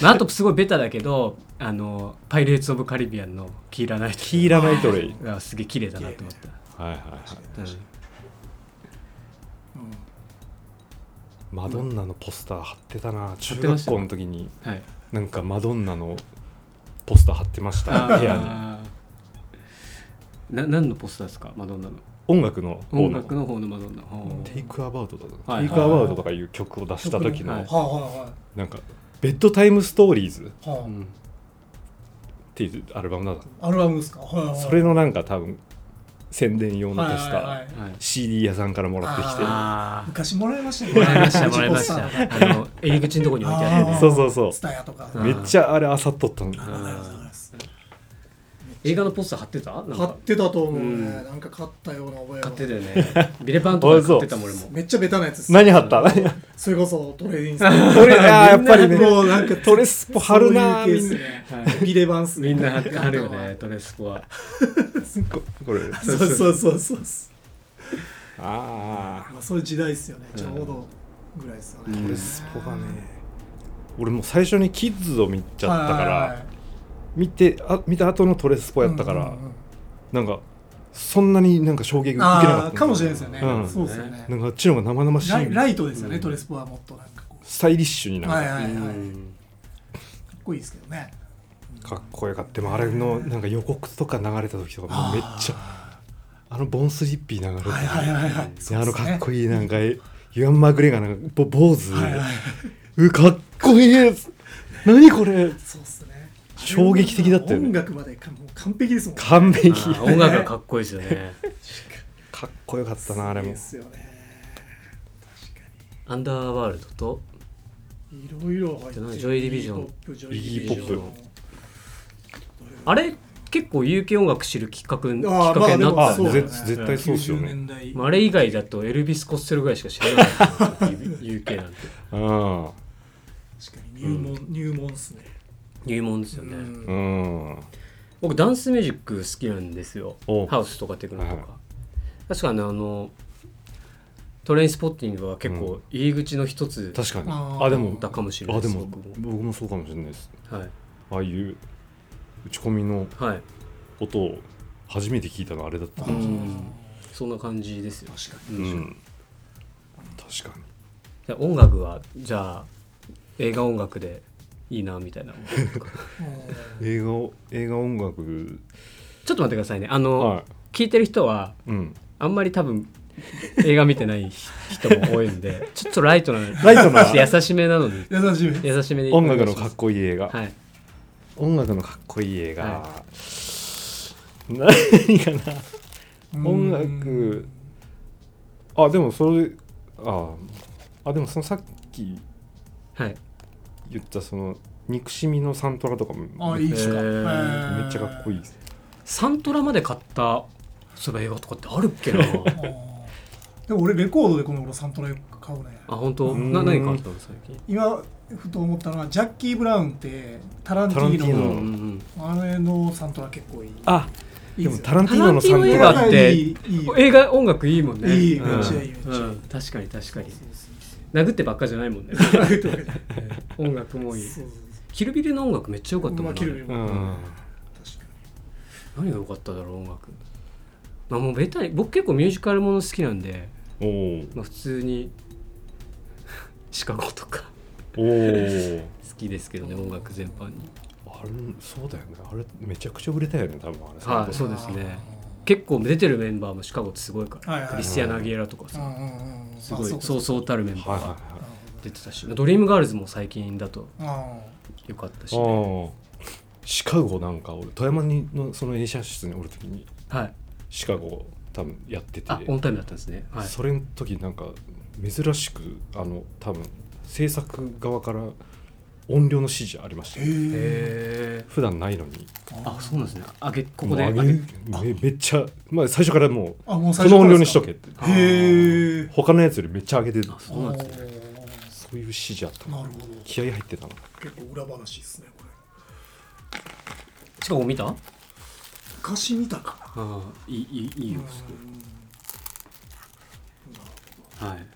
Speaker 1: まああとすごいベタだけどあのパイレーツ・オブ・カリビアンのキーラナイト
Speaker 2: キーラ・ナイトレイ
Speaker 1: がすげえ綺麗だなと思った、
Speaker 2: はいはいは
Speaker 1: う
Speaker 2: い
Speaker 1: ん
Speaker 3: うん
Speaker 2: マドンナのポスター貼ってたな中
Speaker 1: てまし
Speaker 2: 学
Speaker 1: た
Speaker 2: 校の時に
Speaker 1: はい、
Speaker 2: なんかマドンナのポスター貼ってました部屋に
Speaker 1: あーな何のポスターですかマドンナの
Speaker 2: 音楽の方の
Speaker 1: 音楽の方のマドンナほう
Speaker 2: テイクアバウトだった、
Speaker 1: はい
Speaker 2: テイクアバウトとかいう曲を出した時の、
Speaker 1: はい
Speaker 3: はいは
Speaker 2: なんか「ベッドタイムストーリーズ」っ
Speaker 3: いはい、は
Speaker 1: うん
Speaker 2: ていうアルバムなんだ
Speaker 3: あ、アルバムですか、はいはいはい、
Speaker 2: それのなんか多分宣伝用のポスター、
Speaker 3: はいはいはい
Speaker 1: はい
Speaker 2: CD 屋さんからもらってきて
Speaker 1: あ
Speaker 3: 昔もらいましたね
Speaker 1: あもらいましたもらいま し
Speaker 3: ポスター
Speaker 1: たあの入り口のとこに置いてある
Speaker 3: あー
Speaker 2: そうそうそう
Speaker 3: ツタヤとか
Speaker 1: うん
Speaker 2: めっちゃあれあさっとったの
Speaker 3: ありがとうございます
Speaker 1: 映画のポスター貼ってたなんか
Speaker 3: 買ってたと思うね、
Speaker 1: うん
Speaker 3: なんか買ったような覚えは
Speaker 1: 買ってたよねビレバンとかで買ってたもん俺も
Speaker 3: めっちゃベタなやつです
Speaker 2: 何貼った 何貼っ
Speaker 3: それこそトレーディングスポ
Speaker 2: たトレあーやっぱりね
Speaker 3: もうなんか
Speaker 2: トレスポ貼るな
Speaker 3: そういう
Speaker 2: ーみん
Speaker 3: 系っす
Speaker 2: な
Speaker 3: ね
Speaker 1: は
Speaker 3: ビレバンス
Speaker 1: みんな貼ってあるよねトレスコは
Speaker 2: ここれ
Speaker 3: そうそうそうそう
Speaker 2: ああ
Speaker 3: まあそういう時代ですよねちょうどぐらいですよね、
Speaker 2: トレスポがね俺もう最初にキッズを見ちゃったか
Speaker 3: はいはいは
Speaker 2: ら
Speaker 3: い
Speaker 2: 見てあ見た後のトレスポやったから、
Speaker 3: うんうんうん
Speaker 2: なんかそんなになんか衝撃受けなかった
Speaker 3: ああかもしれないですよね、
Speaker 2: うん
Speaker 3: そうですよね
Speaker 2: なんかあっちの方が生々しい
Speaker 3: ライライトですよね、トレスポはもっとなんかこ
Speaker 2: スタイリッシュに
Speaker 3: う
Speaker 2: なん
Speaker 3: はい
Speaker 2: か
Speaker 3: は
Speaker 1: う
Speaker 3: いは
Speaker 1: ん
Speaker 3: いかっこいいですけどね
Speaker 2: かっこよかったでもあれのなんか予告とか流れた時とかもうめっちゃあのボンスリッピー流れて
Speaker 3: はいはいはいはい、
Speaker 2: であのかっこいいなんかえユアン・マグレガーなんかぼ坊主、
Speaker 3: はいはい。
Speaker 2: うかっこいいです何これ
Speaker 3: そうっすね。
Speaker 2: 衝撃的だったよね
Speaker 3: 音楽までかもう完璧ですもんね。
Speaker 2: 完璧
Speaker 1: あー音楽がかっこいいですよね
Speaker 2: かっこよかったなあれ
Speaker 3: いい
Speaker 2: も
Speaker 3: ですよね。確 か
Speaker 1: アンダーワールドと
Speaker 3: に。いろいろ入ってる
Speaker 1: ジョイディビジョン
Speaker 3: ポップジョ
Speaker 2: イギー
Speaker 1: ポップ
Speaker 3: ディビジョン
Speaker 1: あれ結構有機音楽知るきっかけきっ
Speaker 3: あー
Speaker 1: かけにな
Speaker 3: ま
Speaker 1: った
Speaker 2: あ
Speaker 1: んだよね
Speaker 3: でも
Speaker 2: 絶絶対そうですよ
Speaker 3: 90
Speaker 2: ね
Speaker 3: 年代。
Speaker 1: まああれ以外だとエルビス・コステロぐらいしか知らない UK なんて
Speaker 2: うん
Speaker 3: 確かに入門、入門っすね。
Speaker 1: 入門ですよね、
Speaker 3: うん
Speaker 2: うん
Speaker 1: 僕ダンスミュージック好きなんですよ
Speaker 2: お
Speaker 1: ハウスとかテクノとか、
Speaker 2: はいは
Speaker 1: 確かにあのトレインスポッティングは結
Speaker 2: う
Speaker 1: 構入り口の一つだ
Speaker 2: 確かに
Speaker 3: あ
Speaker 2: あ
Speaker 3: ー
Speaker 2: でも
Speaker 1: かもしれない
Speaker 2: あでも
Speaker 1: 僕も
Speaker 2: 僕もそうかもしれないです
Speaker 1: はい、
Speaker 2: ああいう打ち込みの
Speaker 1: はい、
Speaker 2: 音を初めて聞いたのあれだった
Speaker 3: あ
Speaker 2: な
Speaker 3: ー
Speaker 1: うんそんな感じですよ、
Speaker 3: 確か
Speaker 1: う
Speaker 2: うんん確かに
Speaker 1: で音楽はじゃあ映画音楽でいいなみた いな
Speaker 3: に。
Speaker 2: 映画を映画音楽
Speaker 1: ちょっと待ってくださいねあの、
Speaker 2: は
Speaker 1: 聞いてる人はい
Speaker 2: うん
Speaker 1: あんまり多分映画見てない人も多いん でちょっとライトな
Speaker 2: ライトな
Speaker 1: ちょっと優しめなので
Speaker 3: 優しい。
Speaker 1: 優しめで
Speaker 2: 音楽のかっ
Speaker 1: こ
Speaker 2: こいい映画、
Speaker 1: はい
Speaker 2: 音楽のかっこいい映画、
Speaker 1: は
Speaker 2: 何かな音楽あでもそれああでもそのさっき
Speaker 1: はい
Speaker 2: 言ったその憎しみのサントラとかも
Speaker 3: あ
Speaker 2: め
Speaker 3: いいっすか。
Speaker 1: えー
Speaker 2: っちゃかっこいいです
Speaker 1: サントラまで買ったそういえば映画とかってあるっ けな
Speaker 3: あーでも俺レコードでこの頃サントラよく買うね
Speaker 1: あ本当
Speaker 2: うん
Speaker 1: な何買ったの最近
Speaker 3: 今ふと思ったのはジャッキー・ブラウンってタランティ
Speaker 2: タ
Speaker 3: ー
Speaker 2: ランティー
Speaker 1: うん
Speaker 2: ノ
Speaker 3: ノ
Speaker 1: うんうん
Speaker 3: あの辺のサントラ結構いい
Speaker 2: あ
Speaker 3: いい
Speaker 2: で
Speaker 3: で
Speaker 2: も
Speaker 3: すよ
Speaker 2: タランティーノのサン
Speaker 1: タランティーノ
Speaker 2: ト
Speaker 1: 映
Speaker 2: ラ
Speaker 1: 画って
Speaker 3: いいいい
Speaker 1: 映画音楽いいもんね
Speaker 3: いい
Speaker 1: うん
Speaker 3: めっちゃいいめっちゃいい
Speaker 1: うん確かに確かに
Speaker 3: そうそう
Speaker 1: 殴ってばっかじゃないもん ね 音楽もいい
Speaker 3: そうそう
Speaker 1: キルビルの音楽めっちゃ良かった
Speaker 3: ま
Speaker 1: も
Speaker 3: あ
Speaker 1: ん
Speaker 3: キ
Speaker 1: ね
Speaker 3: ルビル
Speaker 2: う
Speaker 3: も確
Speaker 2: ん
Speaker 3: か
Speaker 1: 何が良かっただろう音楽まあもうベタに僕結構ミュージカルもの好きなんで、
Speaker 2: おー
Speaker 1: まあ、普通に シカゴとか
Speaker 2: おー
Speaker 1: 好きですけどね音楽全般に
Speaker 2: あれそうだよねあれめちゃくちゃ売れたよね多分あれ
Speaker 1: は
Speaker 3: に
Speaker 1: いそうですね結構出てるメンバーもシカゴってすごいから、
Speaker 3: はいはいはい
Speaker 1: クリスティアナ・アギエラとか
Speaker 3: う
Speaker 1: さ、
Speaker 3: んうんうん
Speaker 1: すごい
Speaker 3: あ
Speaker 1: そうそうたるメン
Speaker 2: は
Speaker 1: バ
Speaker 2: い
Speaker 1: ーが
Speaker 2: はいはい
Speaker 1: 出てたし、ドリームガールズも最近だと
Speaker 3: あー
Speaker 1: 良かったし、
Speaker 2: ああシカゴなんか俺富山にのその映写室におる時に
Speaker 1: はい
Speaker 2: シカゴ多分やってて
Speaker 1: あオンタイムだったんですねはい
Speaker 2: それの時なんか珍しくあの多分制作側から音量の指示ありましたよ
Speaker 3: へえ
Speaker 1: へえ
Speaker 2: 普段ないのに
Speaker 1: あそうなんですねあげここ
Speaker 2: も
Speaker 1: で
Speaker 2: う
Speaker 1: 上
Speaker 2: 上げ
Speaker 1: げ
Speaker 2: めめっちゃ、まあ、最初からも
Speaker 3: あも
Speaker 2: う
Speaker 3: う
Speaker 2: その音量にしと
Speaker 3: け
Speaker 2: けって
Speaker 1: あー
Speaker 3: へえ
Speaker 2: 他のやつよりめっちゃ上げて
Speaker 1: あ
Speaker 2: そ
Speaker 1: そうなんですね
Speaker 2: ういう指示あった
Speaker 3: な
Speaker 2: な
Speaker 3: るほど
Speaker 2: 気合入ってたな
Speaker 3: 結構裏話ですねこれ
Speaker 1: シカゴ見たあ
Speaker 3: 昔見たかな
Speaker 1: あいいいいいいよ
Speaker 3: うん
Speaker 1: すごいはい。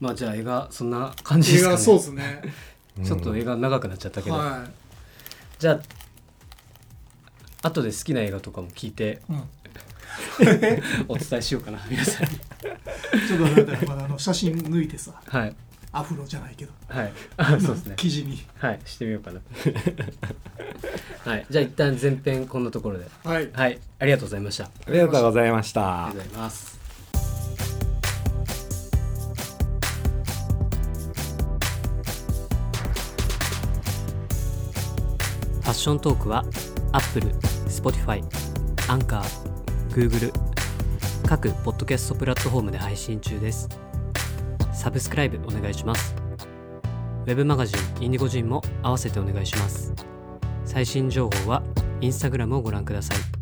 Speaker 1: まあじゃあ映画そんな感じで
Speaker 3: 映
Speaker 1: すかね。
Speaker 3: 画そうですね
Speaker 1: ちょっと映画長くなっちゃったけど、
Speaker 3: は
Speaker 1: じゃあ後で好きな映画とかも聞いて
Speaker 3: いうん
Speaker 1: お伝えしようかな 皆さんに。
Speaker 3: ちょっとあれだよまだあの写真抜いてさ
Speaker 1: はい
Speaker 3: アフロじゃないけど
Speaker 1: はいあそうですね。
Speaker 3: 記事に
Speaker 1: はいしてみよう かな。はいじゃあ一旦前編こんなところで。
Speaker 3: はい
Speaker 1: はいありがとうございました。あ
Speaker 2: ありがとうございました
Speaker 1: りがとうございます。
Speaker 4: ファッショントークは Apple、Spotify、Anchor、Google 各ポッドキャストプラットフォームで配信中です。サブスクライブお願いします。ウェブマガジンインディゴジンも合わせてお願いします。最新情報は Instagram をご覧ください。